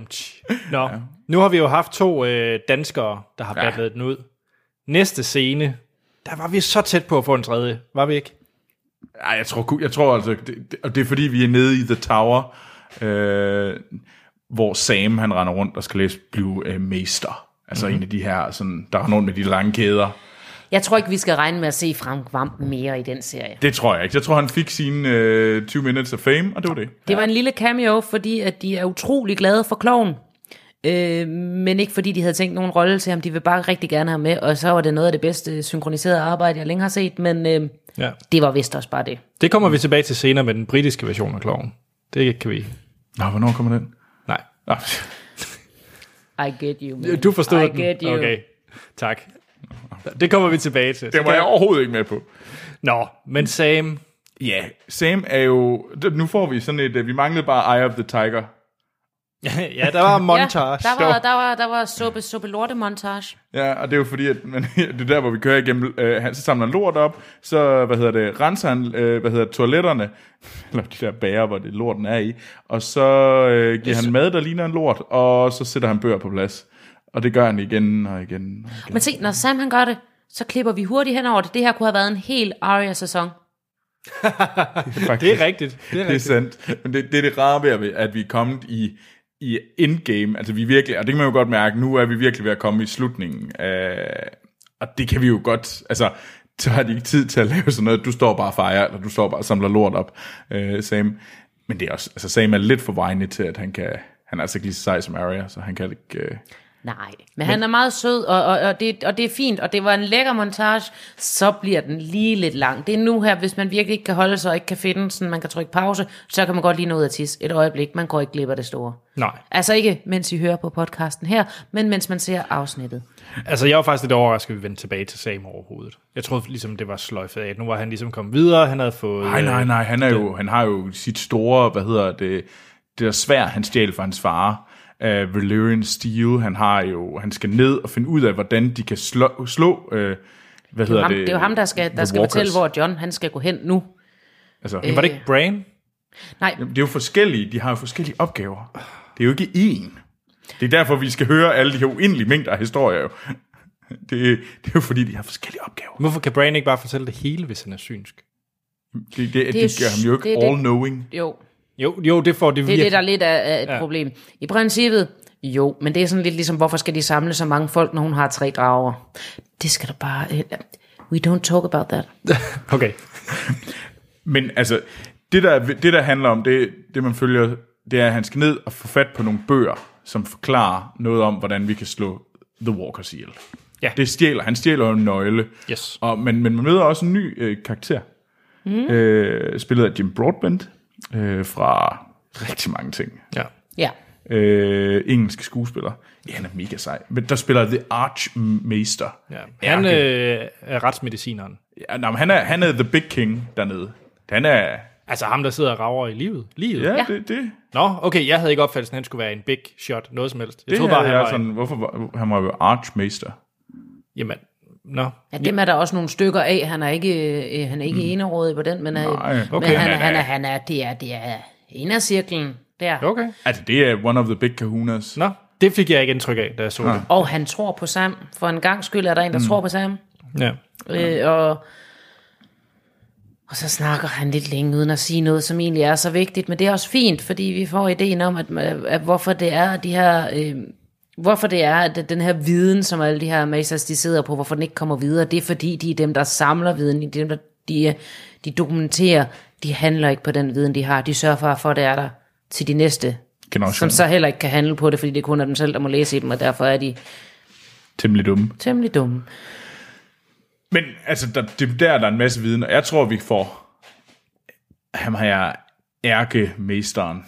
Nå, nu har vi jo haft to øh, danskere, der har
Ja.
battlet den ud. Næste scene, der var vi så tæt på at få en tredje. Var vi ikke?
Ej, jeg tror, ku- jeg tror altså, det, det, og det er fordi, vi er nede i The Tower, øh, hvor Sam han render rundt og skal læse blive øh, mester. Altså mm-hmm. en af de her, sådan, der render rundt med de lange kæder.
Jeg tror ikke, vi skal regne med at se Frank Vam mere i den serie.
Det tror jeg ikke. Jeg tror, han fik sine øh, 20 minutes of fame, og det var det.
Det var en lille cameo, fordi at de er utrolig glade for kloven. Øh, men ikke fordi de havde tænkt nogen rolle til ham. De vil bare rigtig gerne have ham med, og så var det noget af det bedste synkroniserede arbejde, jeg længe har set. Men øh,
Ja.
det var vist også bare det.
Det kommer vi tilbage til senere med den britiske version af kloven. Det kan vi...
Nå, hvornår kommer den?
Nej.
Nå,
I get you, man.
Du forstod
I
den?
get you.
Okay, tak. Det kommer vi tilbage til.
det var jeg overhovedet ikke med på.
Nå, men Sam,
Ja, Sam er jo... Nu får vi sådan et... øh, Vi manglede bare Eye of the Tiger.
ja, der var en montage.
Ja, der var, der var, der var suppe, suppe lorte montage.
Ja, og det er jo fordi, at man, det er der, hvor vi kører igennem, øh, han, så samler han lort op, så, hvad hedder det, renser han, øh, hvad hedder det, toiletterne, eller de der bager, hvor det lorten er i, og så øh, giver han mad, der ligner en lort, og så sætter han bøger på plads. Og det gør han igen og igen. Og igen.
Men se, når Sam han gør det, så klipper vi hurtigt hen over det. Det her kunne have været en hel Aria-sæson.
Faktisk,
Det er rigtigt. Det er
Det er
rigtigt.
sandt. Men det, det er det rare ved, at vi- at vi er kommet i, i endgame. Altså vi er virkelig, og det kan man jo godt mærke, nu er vi virkelig ved at komme i slutningen. Øh, og det kan vi jo godt, altså så har de ikke tid til at lave sådan noget, du står bare og fejrer, eller du står bare og samler lort op, øh, Sam. Men det er også, altså Sam er lidt for vejende til, at han kan, han er altså ikke lige så sej som Arya, så han kan ikke... Øh,
Nej, men, men han er meget sød, og, og, og, det, og det er fint, og det var en lækker montage, så bliver den lige lidt lang. Det er nu her, hvis man virkelig ikke kan holde sig og ikke kan finde sådan, man kan trykke pause, så kan man godt lige nå ud af tisse et øjeblik. Man går ikke glip af det store.
Nej,
Altså ikke, mens I hører på podcasten her, men mens man ser afsnittet.
altså jeg var faktisk lidt overrasket, at vi vendte tilbage til Sam overhovedet. Jeg troede ligesom, det var sløjfet af. Nu var han ligesom kommet videre, han havde fået...
nej, nej, nej, han, er jo, han har jo sit store, hvad hedder det, det der svær, han stjal fra hans far, uh, Valyrian Steel, han har jo, han skal ned og finde ud af, hvordan de kan slå, slå øh, hvad hedder
Ham,
det?
det er jo ham, der skal, der
The
skal
Walkers.
fortælle, hvor John han skal gå hen nu.
Altså,
Men var det ikke Bran?
Nej,
det er jo forskellige, de har jo forskellige opgaver. Det er jo ikke én. Det er derfor, vi skal høre alle de her uendelige mængder af historier jo. Det, det er jo fordi, de har forskellige opgaver.
Hvorfor kan Bran ikke bare fortælle det hele, hvis han er synsk?
Det, det, det,
er
det gør ham jo
s-
ikke
det er det.
all-knowing.
jo,
Jo, jo, det får det,
Det er det,
virkelig.
der lidt er er et ja. problem. I princippet, jo, men det er sådan lidt ligesom, hvorfor skal de samle så mange folk, når hun har tre drager? Det skal der bare... øh, We don't talk about that.
Okay.
Men altså, det der, det der handler om, det, det man følger, det er, at han skal ned og få fat på nogle bøger, som forklarer noget om, hvordan vi kan slå The Walkers ihjel.
Ja.
Det stjæler, han stjæler jo en nøgle.
Yes.
Og, men, men man møder også en ny øh, karakter, mm. øh, spillet af Jim Broadbent, øh, fra rigtig mange ting.
Ja.
Ja.
Øh, engelske skuespiller. Ja, han er mega sej. Men der spiller The Archmaster.
ja. Han øh, er retsmedicineren.
Ja, nej, men han, er, han er The Big King dernede. Han er...
Altså ham, der sidder og rager i livet. livet.
Ja,
Ja.
ja. Det, det,
Nå, okay, jeg havde ikke opfattelsen, at han skulle være en big shot, noget som helst. Jeg
Det
troede bare,
havde
han
jeg
var sådan...
sådan, hvorfor var, han var jo archmester.
Jamen, nå.
ja, dem er der også nogle stykker af. Han er ikke, øh, han er ikke mm. enerådig på den, men, øh,
Nej,
okay.
men han,
Han
er,
er-
han, er, han er, det er, det er indercirklen der.
Okay.
Altså, det er one of the big kahunas.
Nå, det fik jeg ikke indtryk af, da jeg så det.
Og han tror på Sam. For en gang skyld er der en, der mm. tror på Sam.
Ja.
Øh, og Øh, Og så snakker han lidt længe uden at sige noget, som egentlig er så vigtigt. Men det er også fint, fordi vi får ideen om, at, at hvorfor det er, at de her... Øh, hvorfor det er, at den her viden, som alle de her Masers, de sidder på, hvorfor den ikke kommer videre, det er fordi, de er dem, der samler viden, de er dem, der de, de dokumenterer, de handler ikke på den viden, de har. De sørger for, for at det er der til de næste,
Generation.
som så heller ikke kan handle på det, fordi det kun er dem selv, der må læse i dem, og derfor er de
Temmelig dumme.
temmelig dumme.
Men altså, der, det, der er der en masse viden, og jeg tror, vi får ham her ærkemesteren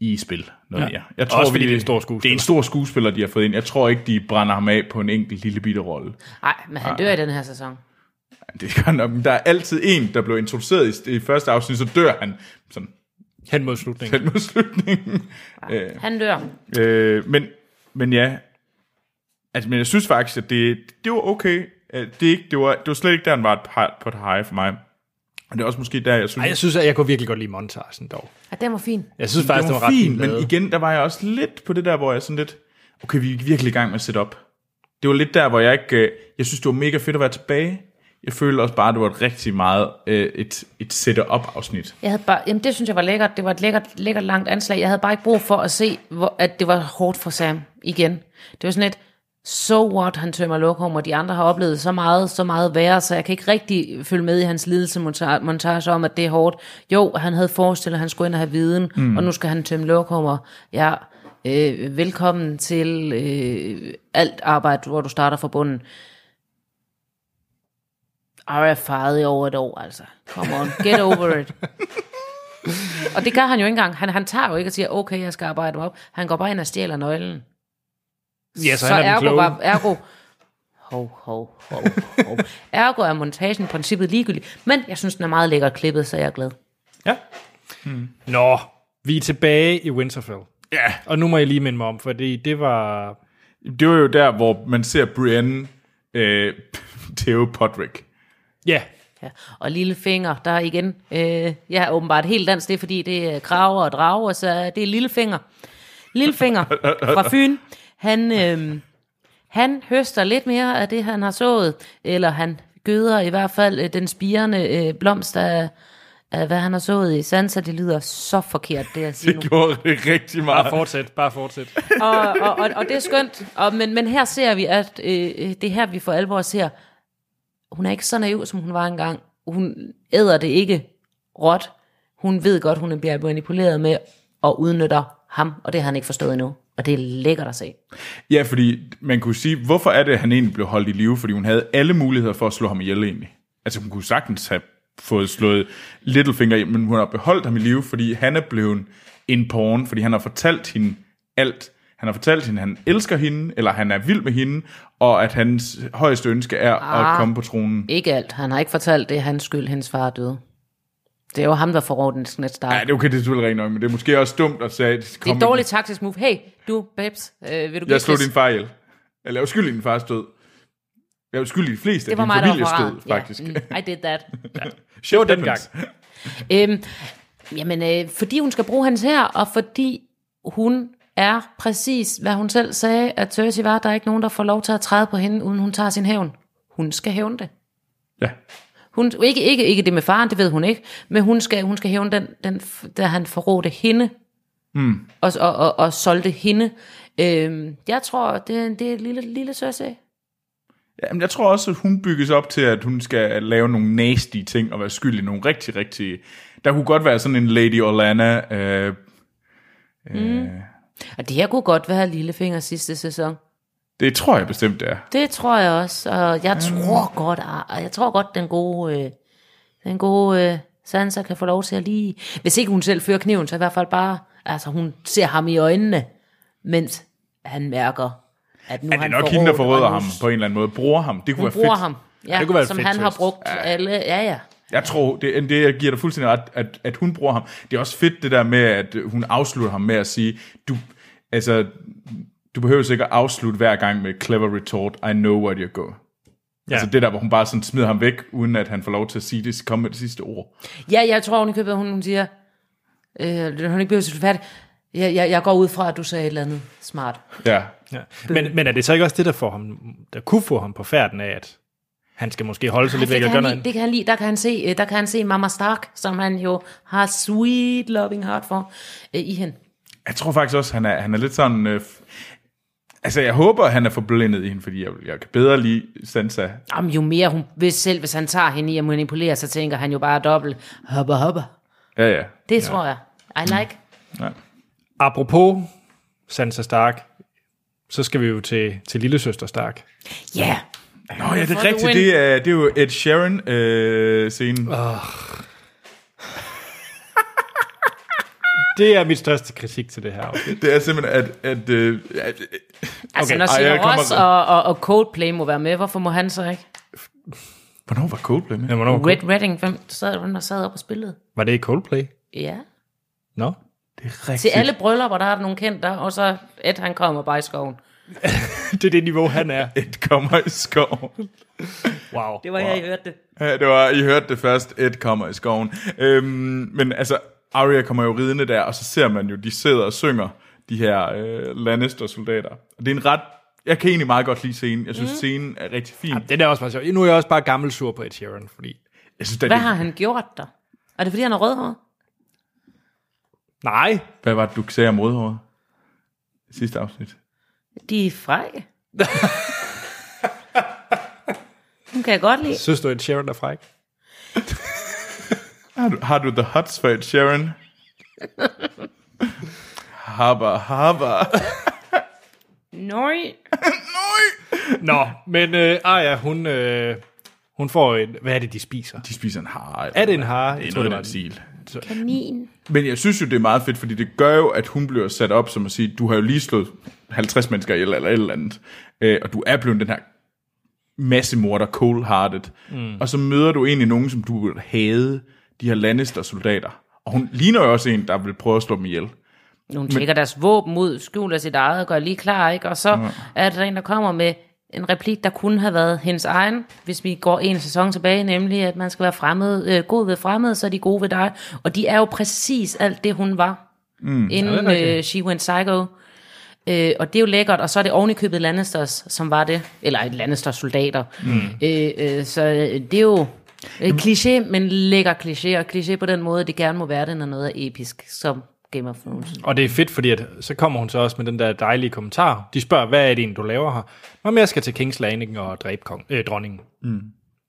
i spil. Noget
Ja.
mere. Jeg
Også fordi
vi-
det er en stor skuespiller.
Det er en stor skuespiller, de har fået ind. Jeg tror ikke, de brænder ham af på en enkelt lille bitte rolle.
Nej, men han dør i den her sæson.
Det gør nok, men der er altid en, der blev introduceret i, i første afsnit, så dør han sådan
Hen mod slutningen.
den mod slutningen.
Han dør.
Øh, men, men ja, altså, men jeg synes faktisk, at det, det var okay. Øh, Det, er ikke, det, var, det var slet ikke, der han var et par- på et high for mig. Og det er også måske der, jeg synes...
Ej, jeg synes, at jeg kunne virkelig godt lide montagen dog.
Ja, den var fin.
Jeg synes faktisk, det var, ret
fint,
fint,
men igen, der var jeg også lidt på det der, hvor jeg sådan lidt, okay, vi er virkelig i gang med at sætte op. Det var lidt der, hvor jeg ikke, øh, jeg synes, det var mega fedt at være tilbage. Jeg følte også bare, at det var et rigtig meget øh, et, et setup-afsnit.
Jeg havde bare, jamen det synes jeg var lækkert. Det var et lækkert, lækkert langt anslag. Jeg havde bare ikke brug for at se, hvor, at det var hårdt for Sam igen. Det var sådan lidt, so what, han tømmer lokum, og de andre har oplevet så meget, så meget værre, så jeg kan ikke rigtig følge med i hans lidelse monta- montage om, at det er hårdt. Jo, han havde forestillet, at han skulle ind og have viden, mm. og nu skal han tømme lokummer. Ja, øh, velkommen til øh, alt arbejde, hvor du starter fra bunden. Arya farede i over et år, altså. Come on, get over it. Og det gør han jo ikke engang. Han, han tager jo ikke og siger, okay, jeg skal arbejde mig op. Han går bare ind og stjæler nøglen.
Ja, så, så han er den kloge.
var- ergo, hov, hov, hov, hov. ergo er montagen i princippet ligegyldig. Men jeg synes, den er meget lækkert klippet, så jeg er glad.
Ja.
Hmm. Nå, vi er tilbage i Winterfell.
Ja,
Og nu må jeg lige minde mig om, fordi det var...
det var jo der, hvor man ser Brienne øh, Theo Podrick.
Ja,
Ja. Og lille finger, der er igen, øh, jeg er åbenbart helt dansk, det er fordi, det er kraver og drager, så det er lille finger. Lille finger fra Fyn, han, øh, han høster lidt mere af det, han har sået, eller han gøder i hvert fald øh, den spirende øh, blomst af, af, hvad han har sået i Sansa, det lyder så forkert, det at sige nu.
Det gjorde rigtig meget.
bare fortsæt, bare fortsæt.
og, og, og, og det er skønt. Og, men, men her ser vi, at øh, øh, det er her, vi for alvor ser, hun er ikke så naiv, som hun var engang. Hun æder det ikke råt. Hun ved godt, hun bliver manipuleret med og udnytter ham, og det har han ikke forstået endnu. Og det er lækkert at se.
Ja, fordi man kunne sige, hvorfor er det, at han egentlig blev holdt i live? Fordi hun havde alle muligheder for at slå ham ihjel egentlig. Altså hun kunne sagtens have fået slået Littlefinger, ihjel, men hun har beholdt ham i live, fordi han er blevet en porn, fordi han har fortalt hende alt. Han har fortalt hende, at han elsker hende, eller han er vild med hende, og at hans højeste ønske er
Ah.
at komme på tronen.
Ikke alt. Han har ikke fortalt, det er hans skyld, hendes far er døde. Det er jo ham, der får den net start.
Ja, det er okay, det er selvfølgelig rent nok, men det er måske også dumt at sige, at
det er et dårligt taktisk move. Hey, du, babes, øh, vil du
Jeg slog
giftes?
din far ihjel. Eller jeg er skyld i din fars død. Jeg er skyld i de fleste
Det var
af
mig,
din
der var
families
forræder.
død, faktisk.
Ja, mm, I did that.
Shit
Det var dengang.
happens.
Øhm, jamen, øh, fordi hun skal bruge hans her, og fordi hun er præcis, hvad hun selv sagde, at Cersei var, der er ikke nogen, der får lov til at træde på hende, uden hun tager sin hævn. Hun skal hævne det.
Ja.
Hun, ikke, ikke, ikke det med faren, det ved hun ikke, men hun skal, hun skal hævne den, den, f- da han forrådte hende, mm. og, og, og, og solgte hende. Øhm, jeg tror, det, er- det er lille, lille Cersei.
Jamen, jeg tror også, at hun bygges op til, at hun skal lave nogle nasty ting og være skyldig i nogle rigtig, rigtig... Der kunne godt være sådan en Lady Orlana. Øh,
Og det her kunne godt være Lillefinger sidste sæson.
det tror jeg bestemt, det er.
Det tror jeg også, og jeg tror godt, og jeg tror godt den gode, øh, den gode øh, Sansa kan få lov til at lige, hvis ikke hun selv fører kniven, så i hvert fald bare, altså hun ser ham i øjnene, mens han mærker, at nu
Er
han
det nok
forrådt,
hende, der forråder
og nu
ham på en eller anden måde? Bruger ham? Det kunne
Hun
være fedt.
bruger ham, ja,
det kunne være et
som
fedt
han har
twist.
brugt alle, ja ja.
Jeg tror, det, det jeg giver dig fuldstændig ret, at, at hun bruger ham. Det er også fedt det der med, at hun afslutter ham med at sige, du, altså, du behøver ikke at afslutte hver gang med clever retort, I know where you go. Ja. Altså det der, hvor hun bare sådan smider ham væk, uden at han får lov til at sige det, komme med det sidste ord.
Ja, jeg tror hun i købet, at hun, hun siger, øh, hun ikke bliver så færdig, jeg, jeg, jeg går ud fra, at du sagde et eller andet smart.
Ja.
Ja. Men, men er det så ikke også det, der, får ham, der kunne få ham på færden af, at Han skal måske holde sig
Ej,
lidt væk
det,
og
kan
gøre noget.
han lide, det kan han lide. Der kan han, se, øh, der kan han se Mama Stark, som han jo har sweet loving heart for øh, i hende.
Jeg tror faktisk også, han er, han er lidt sådan... Øh, f- altså, jeg håber, han er forblændet i hende, fordi jeg, jeg kan bedre lide Sansa.
Om jo mere hun, hvis selv hvis han tager hende i at manipulere, så tænker han jo bare dobbelt. Hopper, hopper.
Ja, ja.
Det ja. tror jeg. I like.
ja.
Apropos Sansa Stark, så skal vi jo til, til lillesøster Stark.
Ja. Yeah.
Nå ja, det
For
er
the
rigtigt.
win.
Det er, det er jo Ed Sheeran-scenen. Øh, scenen.
Det er mit største kritik til det her afsnit.
Det er simpelthen, at... at, øh, at
Altså,
Okay.
okay. når
Ej, jeg
Sigur
kommer-
Ross og, og, og Coldplay må være med, hvorfor må han så ikke?
hvornår var Coldplay med?
Men hvornår
Red Redding, hvem sad, hvem der sad op og spillede?
var det i Coldplay?
Ja.
Nå? No?
Det er rigtigt.
Til alle bryllupper, der er der nogle kendte, og så Ed, han kommer bare i skoven.
Det er det niveau, han er.
Ed kommer i skoven.
Wow.
Det var wow. jeg, hørte det.
Ja, det var, I hørte det først, Ed kommer i skoven. Øhm, men altså, Arya kommer jo ridende der, og så ser man jo, de sidder og synger, de her øh, Lannister-soldater. Og det er en ret... Jeg kan egentlig meget godt lide scenen. Jeg synes, mm. scenen er rigtig fin.
Den er også meget sjov. Nu er jeg også bare gammel sur på Ed Sheeran, fordi...
Jeg synes, da
Hvad
det-
har han gjort der? Er det fordi, han er rødhåret?
Nej,
Hvad var det, du sagde om rødhåret? Sidste afsnit.
De er frække. Hun kan jeg godt lide.
synes du Ed Sheeran er fræk?
Har du, har du the hots for Ed Sheeran? Habba, habba.
Nøj.
Nå, men øh, Arja, hun, øh, hun får en... Hvad er det, de spiser?
De spiser en hare.
Er det en hare?
Det
Jeg
er
tror,
noget
det
af
var
den stil.
Kanin.
Men jeg synes jo, det er meget fedt, fordi det gør jo, at hun bliver sat op som at sige, du har jo lige slået 50 mennesker ihjel eller et eller andet, øh, og du er blevet den her massemorder, cold-hearted. Mm. Og så møder du egentlig nogen, som du vil hade, de her Lannister-soldater. Og hun ligner jo også en, der vil prøve at slå dem ihjel.
Nogle tjekker deres våben ud, skjuler sit eget og gør lige klar, ikke? Og så er der en, der kommer med en replik, der kunne have været hendes egen, hvis vi går en sæson tilbage, nemlig at man skal være fremmed, øh, god ved fremmed, så er de gode ved dig. Og de er jo præcis alt det, hun var, mm, inden
rigtigt.
øh, She Went Psycho. Øh, og det er jo lækkert, og så er det ovenikøbet Lannisters, som var det, eller et Lannisters soldater. Mm. Øh, øh, så øh, det er jo øh, kliché, men lækker kliché, og kliché på den måde, det gerne må være det, når noget er episk, som Game of Thrones.
Og det er fedt, fordi at, så kommer hun så også med den der dejlige kommentar. De spørger, hvad er det egentlig, du laver her? Nå, men jeg skal til Kings Landing og dræbe kong, øh, dronningen. Mm.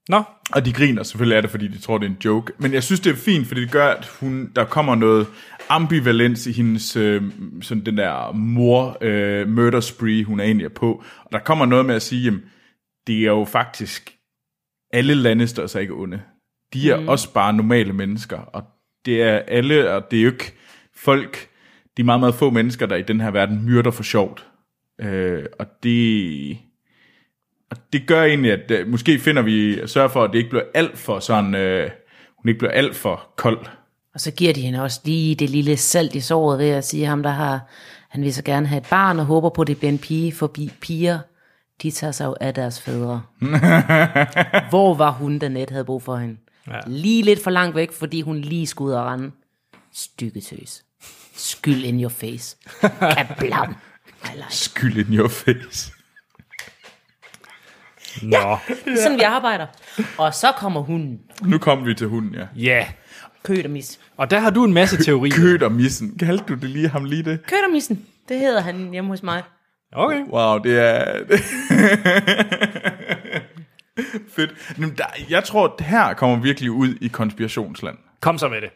Nå,
Og de griner selvfølgelig af det, fordi de tror, det er en joke. Men jeg synes, det er fint, fordi det gør, at hun, der kommer noget ambivalens i hendes, øh, sådan den der mor øh, murder spree, hun er egentlig er på. Og der kommer noget med at sige, jamen, det er jo faktisk, alle Lannisters er ikke onde. De er mm. også bare normale mennesker, og det er alle, og det er jo ikke folk, de er meget, meget få mennesker, der i den her verden myrder for sjovt. Øh, og det det gør egentlig, at øh, måske finder vi at sørge for, at det ikke bliver alt for sådan, øh, hun ikke bliver alt for kold.
Og så giver de hende også lige det lille salt i såret ved at sige ham, der har, han vil så gerne have et barn og håber på, at det bliver en pige, forbi piger, de tager sig jo af deres fædre. Hvor var hun, da net havde brug for hende? Ja. Lige lidt for langt væk, fordi hun lige skulle ud og rende. Stykketøs. Skyld in your face. Kablam. I like.
Skyld in your face.
nå, ja.
Det er Sådan vi arbejder. Og så kommer hunden.
Nu kom vi til hunden, ja.
Yeah.
Kødermis.
Og der har du en masse teorier.
Køder missen. Kaldte du det lige ham lige det?
Kødermissen. Det hedder han hjemme hos mig.
Okay.
Wow, det er... Fedt. Jamen, der, jeg tror, at her kommer virkelig ud i konspirationsland.
Kom så med det.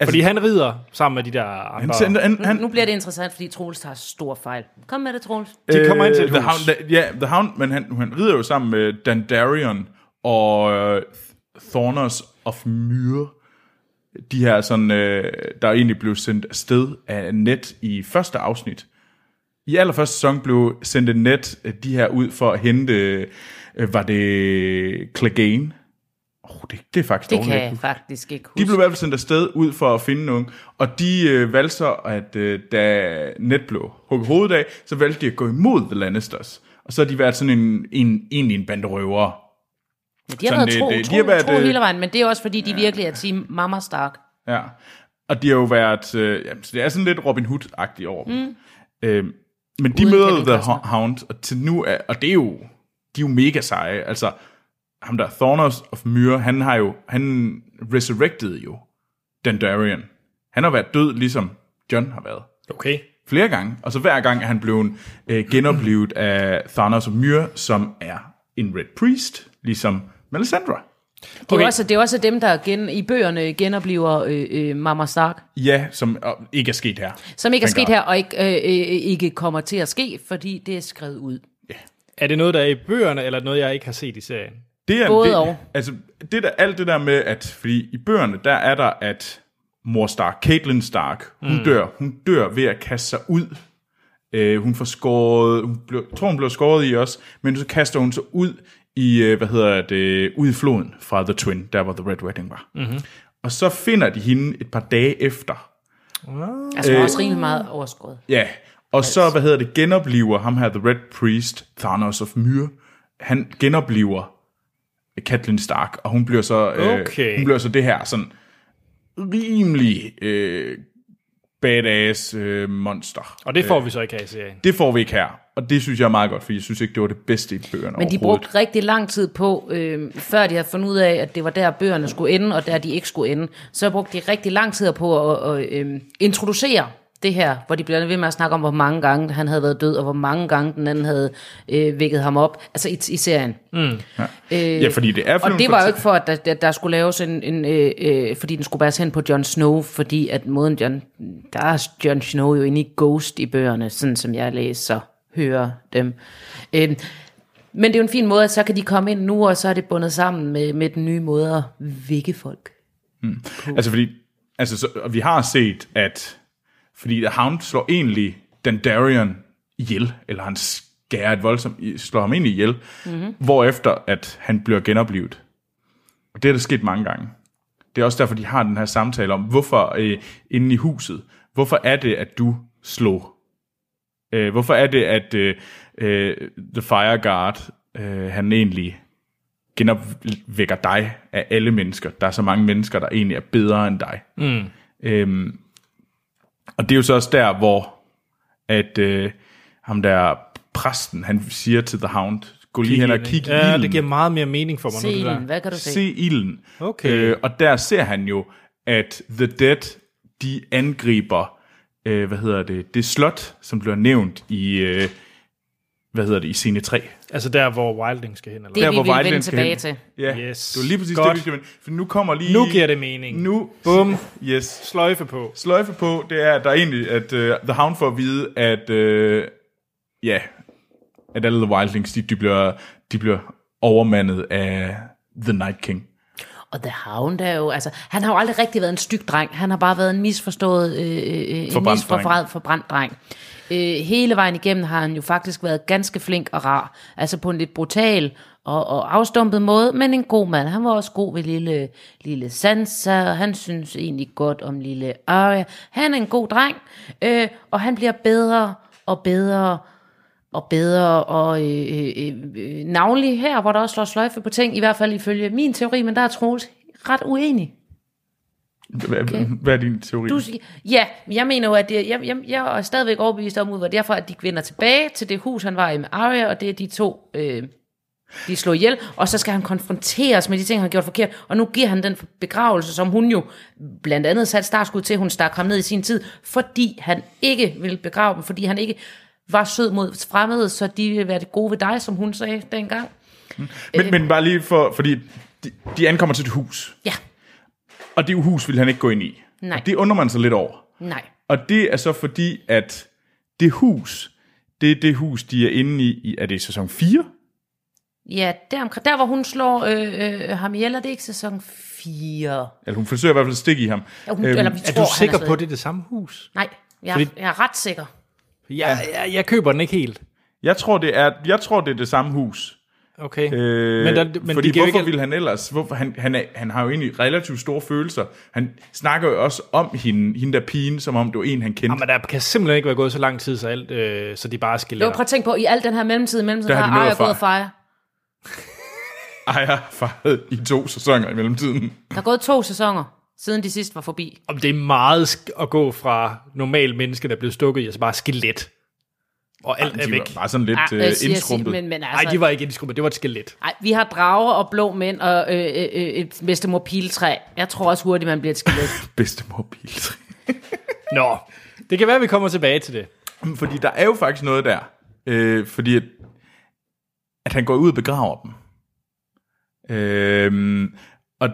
Altså, Fordi han rider sammen med de der andre.
Han, sender, han, han,
Nu bliver det interessant, fordi Troels tager stor fejl. Kom med det, Troels.
de kommer ind til et
Øh,
hus.
The Hound, da- ja, The Hound, men han, han rider jo sammen med Dandarion og øh, Thorners of Myre. De her sådan, øh, der egentlig blev sendt afsted af net i første afsnit. I allerførste sæson blev sendt net de her ud for at hente, øh, var det Clegane? Oh, det, det er faktisk
Det
dårligt,
kan
jeg
jeg faktisk ikke huske.
de blev i hvert fald sendt afsted ud for at finde nogen, og de øh, valgte så, at øh, da net blev hugget hovedet af, så valgte de at gå imod The Lannisters. Og så har de været sådan en, en, egentlig en bande røvere.
De har
Sådan,
været
det-
tro,
det-
tro,
de har været,
tro
øh,
hele vejen, men det er også fordi, de virkelig er team Mama Stark.
Ja. Og de har jo været, øh, jamen, så det er sådan lidt Robin Hood-agtigt over dem. Mm. Øhm, men de
Uden
møder
Kevin
The
Costner.
Ho- Hound, og til nu er, og det er jo, de er jo mega seje. Altså, ham der Thornos of Myr, han har jo, han resurrected jo Dandarian. Han har været død, ligesom John har været.
Okay.
Flere gange. Og så hver gang er han blevet øh, genoplevet af Thanos of Myr, som er en Red Priest, ligesom Melisandre.
Det er,
Okay.
okay. også, det er også dem, der gen, i bøgerne genoplever øh, øh, Mama Stark,
Ja, som og ikke er sket her.
som ikke er
Tænker
sket her, og ikke, øh, øh, øh, ikke kommer til at ske, fordi det er skrevet ud.
Er det noget, der er i bøgerne, eller noget, jeg ikke har set i serien?
Det er,
Både
det,
og.
Altså, det der, alt det der med, at fordi i bøgerne, der er der, at mor Stark, Caitlin Stark, hun mm. dør. Hun dør ved at kaste sig ud. Øh, hun får skåret, hun blev, jeg tror hun blev skåret i også, men så kaster hun sig ud i, øh, hvad hedder det, ud i floden fra The Twin, der hvor The Red Wedding var. Mm-hmm. Og så finder de hende et par dage efter.
Altså, øh. også rimelig meget overskåret.
Ja, og
Altså.
så, hvad hedder det, genopliver ham her, The Red Priest, Thanos of Myr, han genopliver øh, Catelyn Stark, og hun bliver så,
Okay.
øh, hun bliver så det her sådan rimelig øh, badass øh, monster.
Og det får vi så ikke her i serien.
Det får vi ikke her, og det synes jeg er meget godt, for jeg synes ikke, det var det bedste i bøgerne
Men de
overhovedet.
brugte rigtig lang tid på, øh, før de havde fundet ud af, at det var der, bøgerne skulle ende, og der, de ikke skulle ende. Så brugte de rigtig lang tid på at, at øh, introducere det her, hvor de blev ved med at snakke om, hvor mange gange han havde været død, og hvor mange gange den anden havde øh, vækket ham op, altså i, i serien.
Ja, fordi det er
Øh, Og
film-
det var jo ikke for, at der, der, der skulle laves en, en øh, øh, fordi den skulle bæres hen på Jon Snow, fordi at måden Jon, der er Jon Snow jo inde i Ghost i bøgerne, sådan som jeg læser og hører dem. Øh, men det er jo en fin måde, at så kan de komme ind nu, og så er det bundet sammen med, med den nye måde at vække folk.
Altså fordi, altså så, og vi har set, at fordi The Hound slår egentlig Dandarian ihjel, eller han skærer et voldsomt, i- slår ham egentlig ihjel, mm-hmm. hvorefter at han bliver genoplevet. Og det er der sket mange gange. Det er også derfor, de har den her samtale om, hvorfor øh, inde i huset, hvorfor er det, at du slog? Øh, hvorfor er det, at øh, øh, The Fire Guard, øh, han egentlig genopvækker dig af alle mennesker. Der er så mange mennesker, der egentlig er bedre end dig. Mm. Øhm, og det er jo så også der, hvor at øh, ham der præsten, han siger til The Hound, gå lige hen og kig i
Ja,
ilden.
det giver meget mere mening for mig nu,
Se,
det der.
Elin, hvad kan du se?
Se ilden.
Okay.
Øh, og der ser han jo, at The Dead, de angriber, øh, hvad hedder det, det slot, som bliver nævnt i, øh, hvad hedder det, i scene 3.
Altså der, hvor Wilding skal hen. Eller?
Det
Det.
er vi vil
Wildlands
vende
skal
tilbage
hen.
til.
Ja,
Yes.
det var lige præcis
Godt.
det, vi skal vende. For nu kommer lige...
Nu giver det mening.
Nu,
Bum.
yes.
Sløjfe på.
Sløjfe på, det er, at der er egentlig, at uh, The Hound får at vide, at, uh, ja, at alle The Wildlings, de, de, bliver, de bliver overmandet af The Night King.
Og The Hound er jo, altså, han har jo aldrig rigtig været en styg dreng. Han har bare været en misforstået, øh, øh, en
Forbrændt
misforbrændt forbrændt dreng. Øh, hele vejen igennem har han jo faktisk været ganske flink og rar. Altså på en lidt brutal og, og afstumpet måde, men en god mand. Han var også god ved lille, lille Sansa, og han synes egentlig godt om lille Arya. Han er en god dreng, øh, og han bliver bedre og bedre og bedre, og øh, øh, øh, navnlig her, hvor der også slår sløjfe på ting, i hvert fald ifølge min teori, men der er Troels ret uenig.
Hvad, okay. hvad er din teori?
Du, siger- ja, jeg mener jo, at det, jeg, jeg, jeg er stadigvæk overbevist om, ud fra derfor, at de vender tilbage til det hus, han var i med Arya, og det er de to, øh, de slår ihjel, og så skal han konfronteres med de ting, han har gjort forkert, og nu giver han den begravelse, som hun jo blandt andet satte startskud til, hun stak ham ned i sin tid, fordi han ikke ville begrave dem, fordi han ikke var sød mod fremmede, så de ville være det gode ved dig, som hun sagde dengang.
men,
øh,
men bare lige for, fordi de, de ankommer til et hus,
Ja,
og det hus vil han ikke gå ind i.
Nej.
Og det undrer man sig lidt over.
nej.
Og det er så fordi, at det hus, det er det hus, de er inde i, i er det i sæson 4?
Ja, der, omkring- der hvor hun slår øh, øh, ham ihjel, er det ikke sæson 4?
Eller hun forsøger i hvert fald at stikke i ham.
Ja, hun, øhm, eller vi
Er
tror,
du
han
sikker
er
på,
sød.
det er det samme hus?
Nej, jeg,
Fordi-
jeg er ret sikker.
Jeg, jeg, jeg køber den ikke helt.
Jeg tror, det er, jeg tror, det er det samme hus.
Okay.
Øh,
Men der- men
fordi
det giver jo
hvorfor
ikke-
ville han ellers? Hvorfor, han, han, er, han har jo egentlig relativt store følelser. Han snakker jo også om hende, hende der pigen, som om det var en, han kendte.
Jamen, der kan simpelthen ikke være gået så lang tid, så, alt, øh, så de bare skiller.
Jo, prøv at tænke på, i al den her mellemtid, mellemtid
Der
der
har de
har
nået
Arya
at
gået og fejre.
Ejer faret i to sæsoner i mellemtiden.
Der er gået to sæsoner, siden de sidst var forbi.
Om det er meget sk- at gå fra normal menneske, der blev stukket i, altså bare skelet. og alt er
De
væk.
var bare sådan lidt
Ah,
ah,
jeg
øh,
siger-
indskrumpet.
Men, men
Nej,
altså,
de var ikke indskrumpet, det var et skelet.
Ej, vi har drager og blå mænd og øh, øh, øh, et bedstemor piltræ. Jeg tror også hurtigt, man bliver et skelet.
Bedste mobil.
Nå, det kan være, vi kommer tilbage til det.
Fordi der er jo faktisk noget der. Øh, fordi at, at han går ud og begraver dem. Øh, og,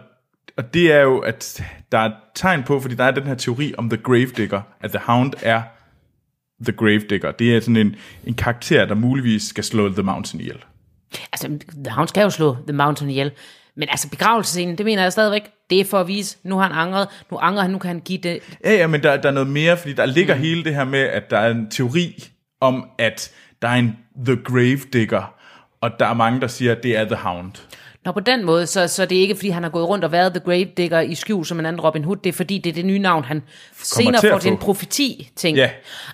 og det er jo, at der er et tegn på, fordi der er den her teori om The Gravedigger, at The Hound er The Gravedigger. Det er sådan en, en karakter, der muligvis skal slå The Mountain ihjel.
Altså, The Hound skal jo slå The Mountain ihjel. Men altså, begravelsescenen, det mener jeg stadigvæk, det er for at vise, nu har han angret, nu angrer han, nu kan han give det.
Ja, ja, men der, der er noget mere, fordi der ligger mm. hele det her med, at der er en teori om, at der er en The Gravedigger, og der er mange, der siger, at det er The Hound.
Nå, på den måde, så, så det er ikke, fordi han har gået rundt og været The Grave Digger i skjul som en anden Robin Hood. Det er, fordi det er det nye navn, han senere
til at
får til en
få.
profeti-ting.
Ja.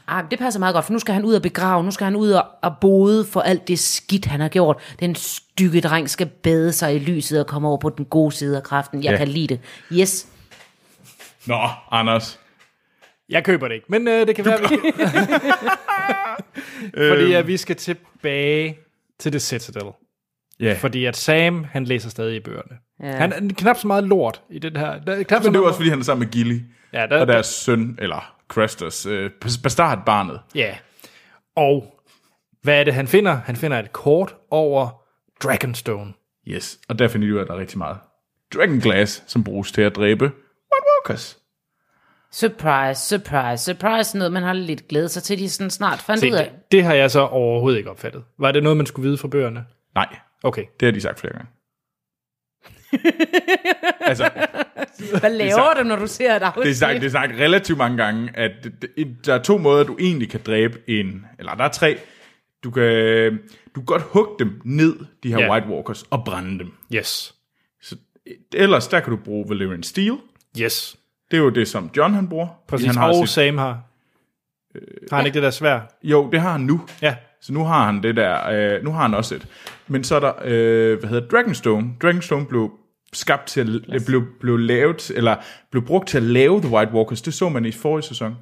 Ah, men det passer meget godt, for nu skal han ud og begrave, nu skal han ud og, og bode for alt det skidt, han har gjort. Den stykke dreng skal bade sig i lyset og komme over på den gode side af kraften. Jeg
Ja.
kan lide det. Yes.
Nå, Anders.
Jeg køber det ikke, men øh, det kan være, vi...
Øhm.
Fordi at vi skal tilbage til The Citadel.
Ja.
Fordi at Sam, han læser stadig i bøgerne.
Ja.
Ja. Han er knap så meget lort i den her. Der, er knap så
Men det
meget
var også, fordi han er sammen med Gilly.
Ja, der-
og deres søn, eller Crestus, øh, bastardbarnet.
Ja. Og hvad er det, han finder? Han finder et kort over Dragonstone.
Yes. Og der finder de ud af, at der er rigtig meget. Dragonglass, som bruges til at dræbe White Walkers.
Surprise, surprise, surprise. Noget, man har lidt glæde sig til, de sådan snart fandt
Se,
ud af.
det, det har jeg så overhovedet ikke opfattet. Var det noget, man skulle vide fra bøgerne?
Nej,
Okay.
det har de sagt flere gange. altså,
Hvad laver du, når du ser et
det er, sagt,
afsnit?
det er sagt relativt mange gange, at det- det- der er to måder, du egentlig kan dræbe en, eller der er tre. Du kan, du kan godt hugge dem ned, de her
Ja.
White Walkers, og brænde dem.
Yes.
Så, eh, ellers, der kan du bruge Valyrian Steel.
Yes.
Det er jo det, som John han bruger.
Præcis.
Han
Han
har
og
sit-
Sam har. Har han ikke det der svær?
Jo, det har han nu.
Ja.
Så nu har han det der, øh, nu har han også et. Men så er der, øh, hvad hedder det, Dragonstone. Dragonstone blev skabt til, at- øh, blev, blev lavet, eller blev brugt til at lave The White Walkers. Det så man i forrige sæson.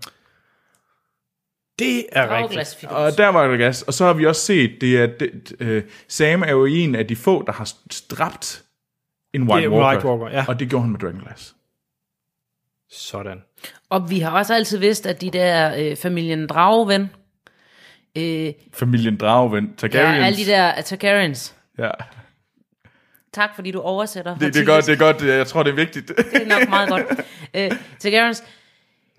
Det er rigtigt.
Drageglasfigur.
Og der var det gas. Og så har vi også set, det er, det, øh, Sam er jo en af de få, der har strabt en White,
Det er en
Walker,
White Walker, ja.
Og det gjorde han med Dragonglass.
Sådan.
Og vi har også altid vidst, at de der øh, familien Drageven, øh,
Familien Drageven,
ja,
Targaryens.
alle de der Targaryens.
Ja.
Tak, fordi du oversætter.
Det, det, er godt, det er godt, jeg tror, det er vigtigt.
det er nok meget godt. Øh, Targaryens,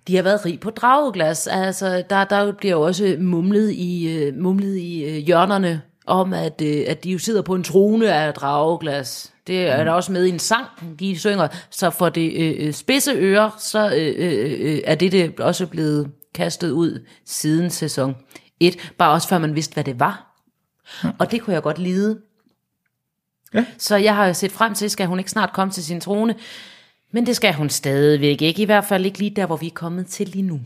de har været rig på drageglas. Altså, der, der bliver jo også mumlet i, øh, mumlet i øh, hjørnerne om, at, øh, at de jo sidder på en trone af drageglas. Det er der også med i en sang, de synger. Så for det øh, øh, spidse ører, så øh, øh, øh, er det, det også blevet kastet ud siden sæson 1. Bare også før man vidste, hvad det var. Og det kunne jeg godt lide.
Ja.
Så jeg har jo set frem til, skal hun ikke snart komme til sin trone? Men det skal hun stadigvæk ikke. I hvert fald ikke lige der, hvor vi er kommet til lige nu.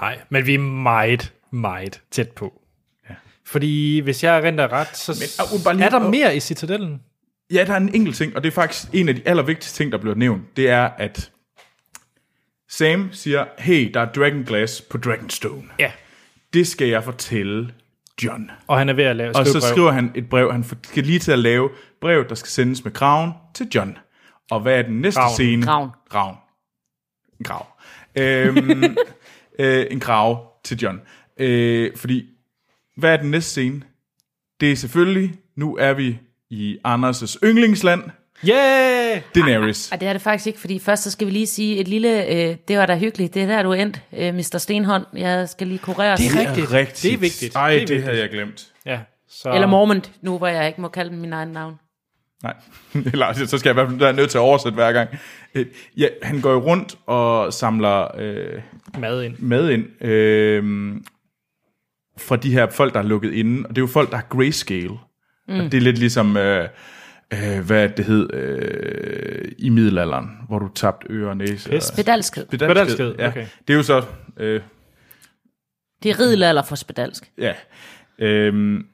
Nej, men vi er meget, meget tæt på. Fordi hvis jeg renter ret, så
og Ubalin-
men, ah, uh, er der mere i Citadellen.
Ja, der er en enkelt ting, og det er faktisk en af de allervigtigste ting, der bliver nævnt. Det er, at Sam siger, hey, der er Dragonglass på Dragonstone.
Ja.
Det skal jeg fortælle John.
Og han er ved at lave
Og
skrive
så
brev.
skriver han et brev. Han får- skal lige til at lave brev, der skal sendes med kraven til John. Og hvad er den næste
Graven.
scene?
Graven.
Graven. En grav. Øhm, øh, en grav til John. Øh, fordi, hvad er den næste scene? Det er selvfølgelig, nu er vi i Anders' yndlingsland,
Yeah!
Daenerys.
Og det er det faktisk ikke, fordi først så skal vi lige sige et lille... Øh, det var da hyggeligt. Det er der, du er endt, øh, Mr. Stenhånd. Jeg skal lige kurere
Det er
dig.
rigtigt. Det er vigtigt.
Ej,
det
det,
er vigtigt.
havde jeg glemt.
Ja, så...
Eller Mormont, nu hvor jeg ikke må kalde dem min egen navn.
Nej, eller så skal jeg i hvert fald være nødt til at oversætte hver gang. Øh, Ja, han går jo rundt og samler øh,
Mad ind.
mad ind øh, fra de her folk, der er lukket inde. Og det er jo folk, der har grayscale. Mm. Og det er lidt ligesom, øh, øh, hvad det hed øh, i middelalderen, hvor du tabte ører og næse.
Pest.
Og,
Spedalskhed.
Spedalskhed,
Spedalskhed,
ja.
okay.
Det er jo så... Øh,
Det er ridelalder for spedalsk.
Ja. Øhm,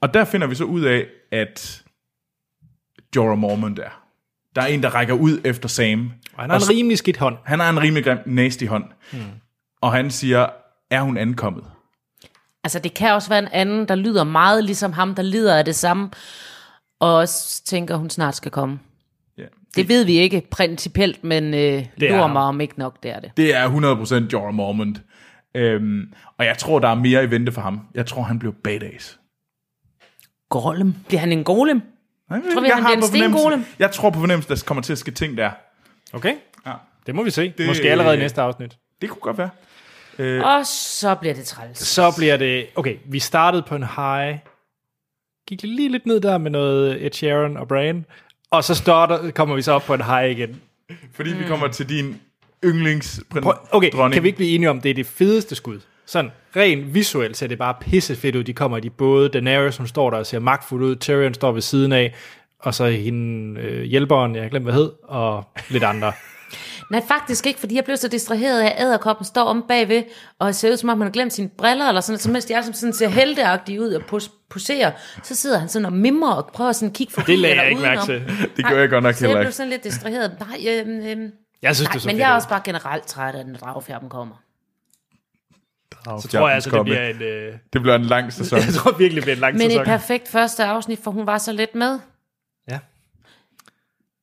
og der finder vi så ud af, at Jorah Mormont er. Der er en, der rækker ud efter Sam.
Og han har en rimelig skidt hånd.
Han har en rimelig grim næst i hånd. Mm. Og han siger, er hun ankommet?
Altså, det kan også være en anden, der lyder meget ligesom ham, der lider af det samme, og også tænker, hun snart skal komme.
Ja.
Det ved vi ikke principielt, men øh,
er
lurer
ham.
mig om ikke nok, det er det.
Det er 100% Jorah Mormont. Øhm, og jeg tror, der er mere i vente for ham. Jeg tror, han blev badass.
Golem. Bliver han en golem?
Jeg,
Tror vi, han bliver en
på fornemmelsen-
stengolem?
Jeg tror på fornemmelsen, der kommer til at ske ting der.
Okay?
Ja.
Det må vi se.
Det-
Det, Måske allerede i næste afsnit.
Det kunne godt være.
Øh.
Og så bliver det træls.
Så bliver det... Okay, vi startede på en high. Gik lige lidt ned der med noget Ed Sheeran og Brian. Og så starter, kommer vi så op på en high igen.
Fordi
Mm.
vi kommer til din yndlings
Prøv- Okay, Dronning. kan vi ikke blive enige om, det er det fedeste skud? Sådan, rent visuelt ser det bare pissefedt ud. De kommer de både, Daenerys, hun står der og ser magtfuld ud, Tyrion står ved siden af, og så hende øh, hjælperen, jeg har glemt, hvad hed, og lidt andre.
Nej, faktisk ikke, fordi jeg blev så distraheret af, at æderkoppen står om bagved, og ser ud som om, han har glemt sine briller, eller sådan noget, så mens jeg som sådan ser helteagtig ud og pos- poserer, så sidder han sådan og mimrer og prøver sådan at kigge forbi
Det lagde
eller
jeg ikke mærke
udenom.
til.
Det gør jeg godt nok
Så jeg
heller
blev
ikke.
sådan lidt distraheret. Nej, øhm, øhm,
Jeg synes,
nej
det er så
men
fedt
jeg er
ud.
også bare generelt træt af, at den dragfjerden kommer.
Så tror jeg altså, det bliver en, øh,
det bliver en lang sæson.
jeg tror virkelig, det bliver en lang
Men
sæson.
et perfekt første afsnit, for hun var så lidt med.
Ja.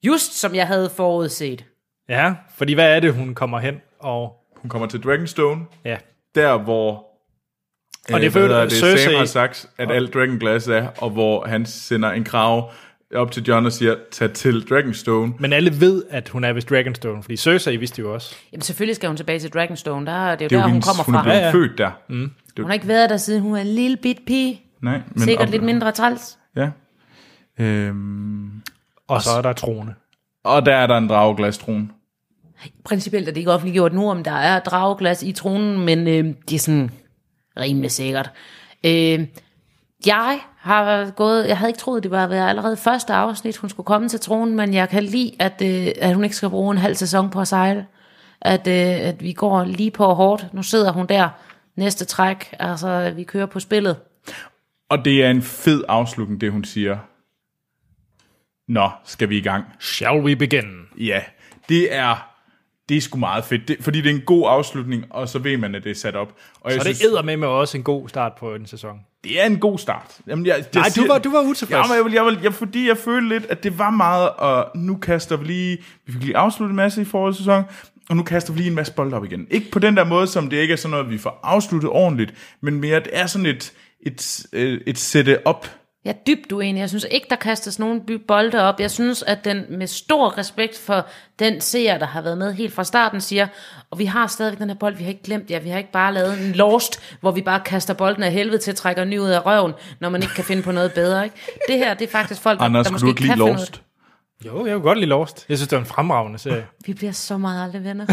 Just som jeg havde forudset.
ja, fordi hvad er det, hun kommer hen? Og,
Hun kommer til Dragonstone,
ja,
der hvor øh,
Og det er for
hvad
øvrigt,
hedder
Cersei-
Sam har sagt, at alt Dragonglass er, og hvor han sender en krav op til Jon og siger, tag til Dragonstone.
men alle ved, at hun er ved Dragonstone, fordi Cersei vidste jo også.
Jamen selvfølgelig skal hun tilbage til Dragonstone. Der, det er jo
Det er
der,
jo
hun
hendes,
kommer
hun er
fra.
blevet
Ja, ja.
født der. Mm.
Hun har ikke været der, siden hun var en lille bit pige.
Nej, men
Sikkert
op-
lidt mindre træls.
Ja. Øhm,
Og så er der trone.
og der er der en drageglastrone.
Principielt er det ikke offentliggjort nu, om der er drageglas i tronen, men øh, det er sådan rimelig sikkert. Øh, jeg har gået, jeg havde ikke troet, det var været allerede første afsnit, hun skulle komme til tronen, men jeg kan lide, at, øh, at hun ikke skal bruge en halv sæson på at sejle. At, øh, at vi går lige på hårdt. Nu sidder hun der. Næste træk, altså vi kører på spillet.
Og det er en fed afslutning, det hun siger. Nå, skal vi i gang?
Shall we begin?
Ja, det er, det er sgu meget fedt, det, fordi det er en god afslutning, og så ved man, at det er sat op. Og jeg
Og det
synes,
æder med med også en god start på en sæson.
det er en god start. Jamen, jeg, jeg
Nej, du
siger-
var, du var utilfreds.
Ja, men jeg, vil, jeg, vil, jeg, fordi jeg følte lidt, at det var meget, og nu kaster vi lige, vi fik lige afsluttet en masse i forårets sæson, og nu kaster vi lige en masse bold op igen. Ikke på den der måde, som det ikke er sådan noget, vi får afsluttet ordentligt, men mere, det er sådan et, et, øh, et sætte op.
Jeg er dybt uenig. Jeg synes ikke, der kastes nogen by- bolde op. Jeg synes, at den med stor respekt for den seer, der har været med helt fra starten, siger, og vi har stadigvæk den her bold, vi har ikke glemt jer, vi har ikke bare lavet en lost, hvor vi bare kaster bolden af helvede til, trækker ny ud af røven, når man ikke kan finde på noget bedre. Ikke? Det her, det er faktisk folk,
Anders,
der
kunne
måske
du ikke lide
kan finde
Lost?
noget.
Jo, jeg kunne godt lide Lost. Jeg synes, det var en fremragende serie.
Vi bliver så meget aldrig venner.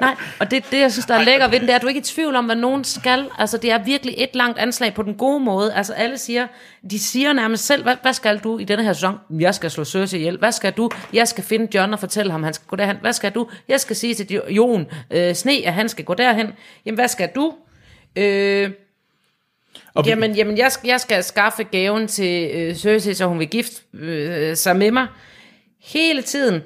Nej, og det, det, jeg synes, der er lækker ved den, det er, at du ikke er i tvivl om, hvad nogen skal. Altså, det er virkelig et langt anslag på den gode måde. Altså, alle siger, de siger nærmest selv, hvad, hvad skal du i denne her sæson? Jeg skal slå Cersei ihjel. Hvad skal du? Jeg skal finde John og fortælle ham, han skal gå derhen. Hvad skal du? Jeg skal sige til Jo- Jon øh, Sne, at han skal gå derhen. Jamen, hvad skal du? Øh,
Og vi-
Jamen, jamen jeg, skal, jeg skal skaffe gaven til øh, Cersei, så hun vil gifte øh, sig med mig. Hele tiden.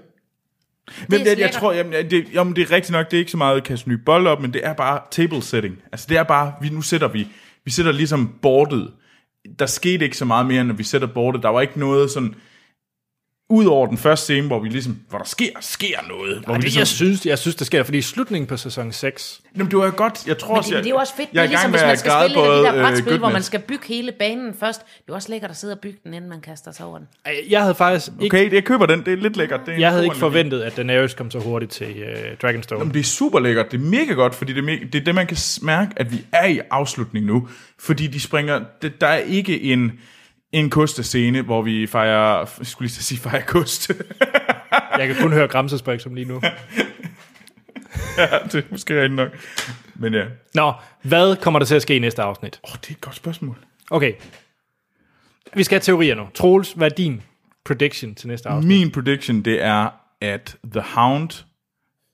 Men det, jeg
lækkert.
tror, jamen, det, jamen, det er rigtigt nok, det er ikke så meget at kaste nye bold op, men det er bare table setting. Altså det er bare, vi, nu sætter vi, vi sætter ligesom bordet. Der skete ikke så meget mere, når vi sætter bordet. Der var ikke noget sådan, Udover den første scene, hvor vi ligesom, hvor der sker, sker noget. hvor
Og
vi
det,
ligesom,
jeg, synes, jeg synes, det sker, fordi i slutningen på sæson 6,
jamen, det var jo godt, jeg tror
Men
også,
det,
jeg,
det er jo også fedt, det
jeg
er
er i gang
ligesom
med
hvis man
at
skal spille et af de der
grædebøje, øh,
brætspil, hvor man
Goodness.
skal bygge hele banen først. Det er også lækkert at sidde og bygge den, inden man kaster sig over den.
Øh, jeg havde faktisk ikke,
Okay, det- jeg køber den, det er lidt lækkert. Det er en
jeg havde
god
ikke
analogi.
forventet, at Daenerys kom så hurtigt til øh, Dragonstone.
Jamen, det er super lækkert. Det er mega godt, fordi det er, mega, det, er det, man kan s- mærke, at vi er i afslutning nu. Fordi de springer... Det, der er ikke en, en kostescene, hvor vi fejrer... Jeg skulle lige til at sige fejrer kost.
Jeg kan kun høre Gramsesbæk som lige nu.
ja, det er måske rigtigt nok. Men ja. Åh,
Nå, hvad kommer der til at ske i næste afsnit?
oh, det er et godt spørgsmål.
Okay. Vi skal have teorier nu. Troels, hvad er din prediction til næste afsnit?
Min prediction, det er, at The Hound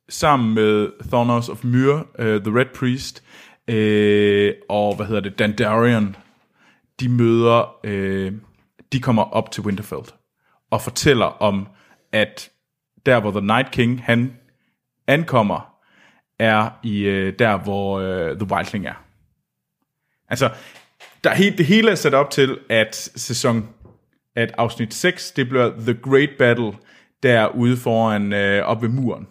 sammen med Thanos of Myr, uh, The Red Priest, øh, og hvad hedder det, Dandarian, de møder, øh, de kommer op til Winterfell og fortæller om, at der hvor The Night King, han ankommer, er i øh, der hvor øh, The Wildling er. Altså, der er helt, det hele er sat op til, at sæson, at afsnit 6, det bliver The Great Battle, der ude foran, øh, op ved muren.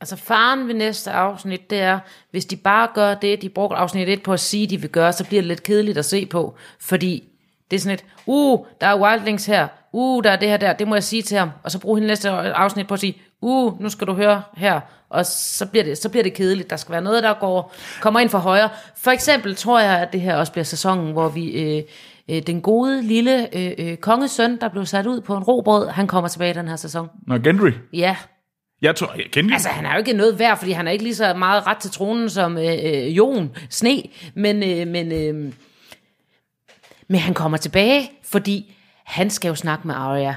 Altså faren ved næste afsnit, det er, hvis de bare gør det, de brugte afsnit 1 på at sige, de vil gøre, så bliver det lidt kedeligt at se på, fordi det er sådan et, uh, der er wildlings her, uh, der er det her der, det må jeg sige til ham, og så bruge hende næste afsnit på at sige, uh, nu skal du høre her, og så bliver det, så bliver det kedeligt, der skal være noget, der går, kommer ind for højre. For eksempel tror jeg, at det her også bliver sæsonen, hvor vi, øh, øh, den gode lille øh, øh, kongesøn, der blev sat ud på en robåd, han kommer tilbage i den her sæson.
Nå, Gendry.
Ja,
Jeg tror, jeg kendte
Altså, han er jo ikke noget værd, fordi han har ikke lige så meget ret til tronen som øh, øh, Jon Sne, men, øh, men, øh, men han kommer tilbage, fordi han skal jo snakke med Arya.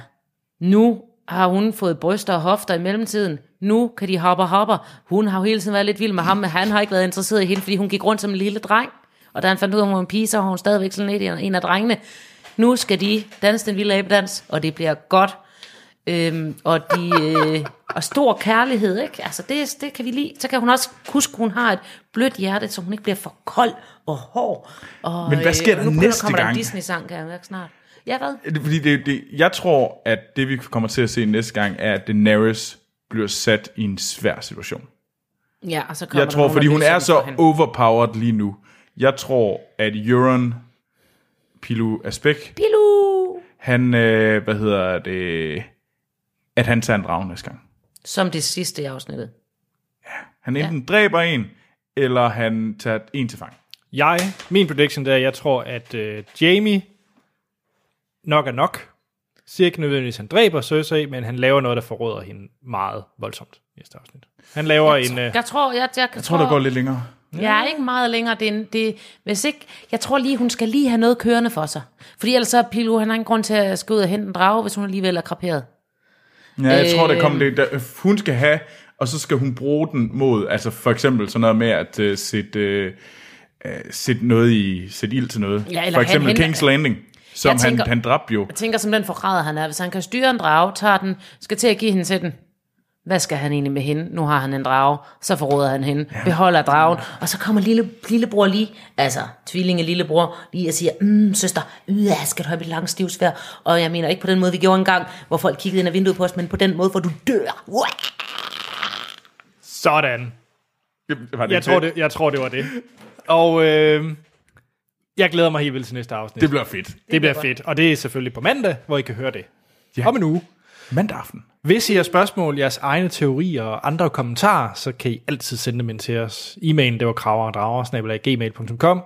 Nu har hun fået bryster og hofter i mellemtiden. Nu kan de hoppe og hopper. Hun har jo hele tiden været lidt vild med ham, men han har ikke været interesseret i hende, fordi hun gik rundt som en lille dreng. Og da han fandt ud af, at hun var en pige, så var hun stadigvæk sådan lidt en af drengene. Nu skal de danse den vilde abedans, og det bliver godt. Øhm, og, de, øh, og stor kærlighed, ikke? Altså, det, det kan vi lide. Så kan hun også huske, at hun har et blødt hjerte, så hun ikke bliver for kold og hård. Og,
Men hvad sker der
nu begynder-
næste
kommer Der
gang?
en Disney-sang, kan jeg mærke snart. Ja, hvad?
Det- Fordi det, det, jeg tror, at det vi kommer til at se næste gang, er, at Daenerys bliver sat i en svær situation.
Ja, og så kommer
Jeg
der
tror,
nogen,
fordi
der
hun
bliver
er
sur
så
på hende.
overpowered lige nu. Jeg tror, at Euron Pilu Asbæk,
Pilu!
han, øh, hvad hedder det, at han tager en drag næste gang.
Som det sidste i afsnittet.
Han enten dræber en, eller han tager en til fang.
Jeg, min prediction der, jeg tror, at øh, Jamie nok er nok. Siger ikke nødvendigvis, at han dræber Cersei, men han laver noget, der forråder hende meget voldsomt i næste afsnit. Han laver en... Øh,
Jeg tror, jeg, jeg,
Jeg tror, der går lidt længere.
Jeg er ikke meget længere. Det, er en- det, hvis ikke, jeg tror lige, hun skal lige have noget kørende for sig. Fordi ellers så er Pilu, han har ingen grund til at skal ud og hente en drage, hvis hun alligevel er kraperet.
Ja, jeg tror, der
Øhm.
kommer det. Der, hun skal have, og så skal hun bruge den mod, altså for eksempel sådan noget med at uh, sætte, uh, sætte noget i, sætte ild til noget.
Ja, eller
for eksempel
han- han-
King's Landing, som
Jeg
han,
tænker-
han dræbte jo.
Jeg tænker som den forræder, han er. Hvis han kan styre en drage, tager den, skal til at give hende til den. Hvad skal han egentlig med hende? Nu har han en drage, så forråder han hende, beholder dragen, og så kommer lille, lillebror lige, altså tvillinge lillebror, lige og siger, mm, søster, ja, skal du have mit lange stivsvær? Og jeg mener ikke på den måde, vi gjorde engang, hvor folk kiggede ind ad vinduet på os, men på den måde, hvor du dør. Uah!
sådan.
Det- Var det
Jeg
ikke
tror det, jeg tror, det var det. Og øh, jeg glæder mig helt vildt til næste afsnit.
Det
Det,
bliver fedt.
det bliver fedt. Og det er selvfølgelig på mandag, hvor I kan høre det. Ja. Om en uge.
Mandag aften.
Hvis I har spørgsmål, jeres egne teorier og andre kommentarer, så kan I altid sende dem ind til os. E-mailen, det var kraver og drager, gmail.com.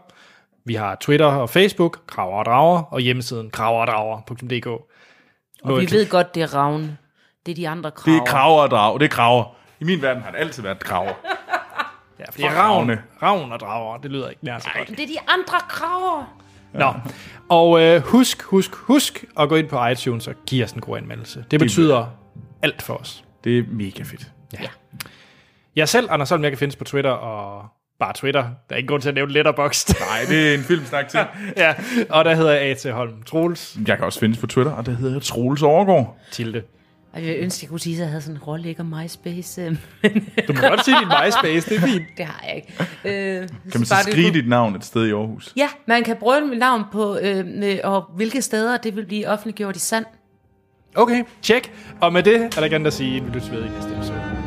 Vi har Twitter og Facebook, kraver og drager, og hjemmesiden kraverdrager.dk.
Og vi ved godt, det er ravne. Det er de andre kraver.
Det er kraver og drag. Det er kraver. I min verden har det altid været kraver.
Ja, fordi ravn,
Ravne.
ravn og drager, det lyder ikke nær så godt.
Det er de andre kraver.
Nå. Og øh, husk, husk, husk at gå ind på iTunes og give os en god anmeldelse. Det betyder alt for os.
Det er mega fedt.
Jeg selv, Anders Holm, jeg kan findes på Twitter og bare Twitter. Der er ingen grund til at nævne Letterboxd.
Nej, det er en filmsnak til.
ja, og der hedder jeg A.T. Holm Troels.
Jeg kan også findes på Twitter, og det hedder Troels Overgaard.
Tilde.
Og jeg ønsker, jeg kunne sige, at jeg havde sådan en rolle, ikke om MySpace. øhm,
Du må godt sige din MySpace, det er fint.
det har jeg ikke. Øh,
Kan man så skrige dit navn et sted i Aarhus?
Ja, man kan bruge mit navn på, øh, øh, og hvilke steder det vil blive offentliggjort i sand.
Okay, tjek. Og med det er der gerne at sige, at vi lyttes ved i næste episode.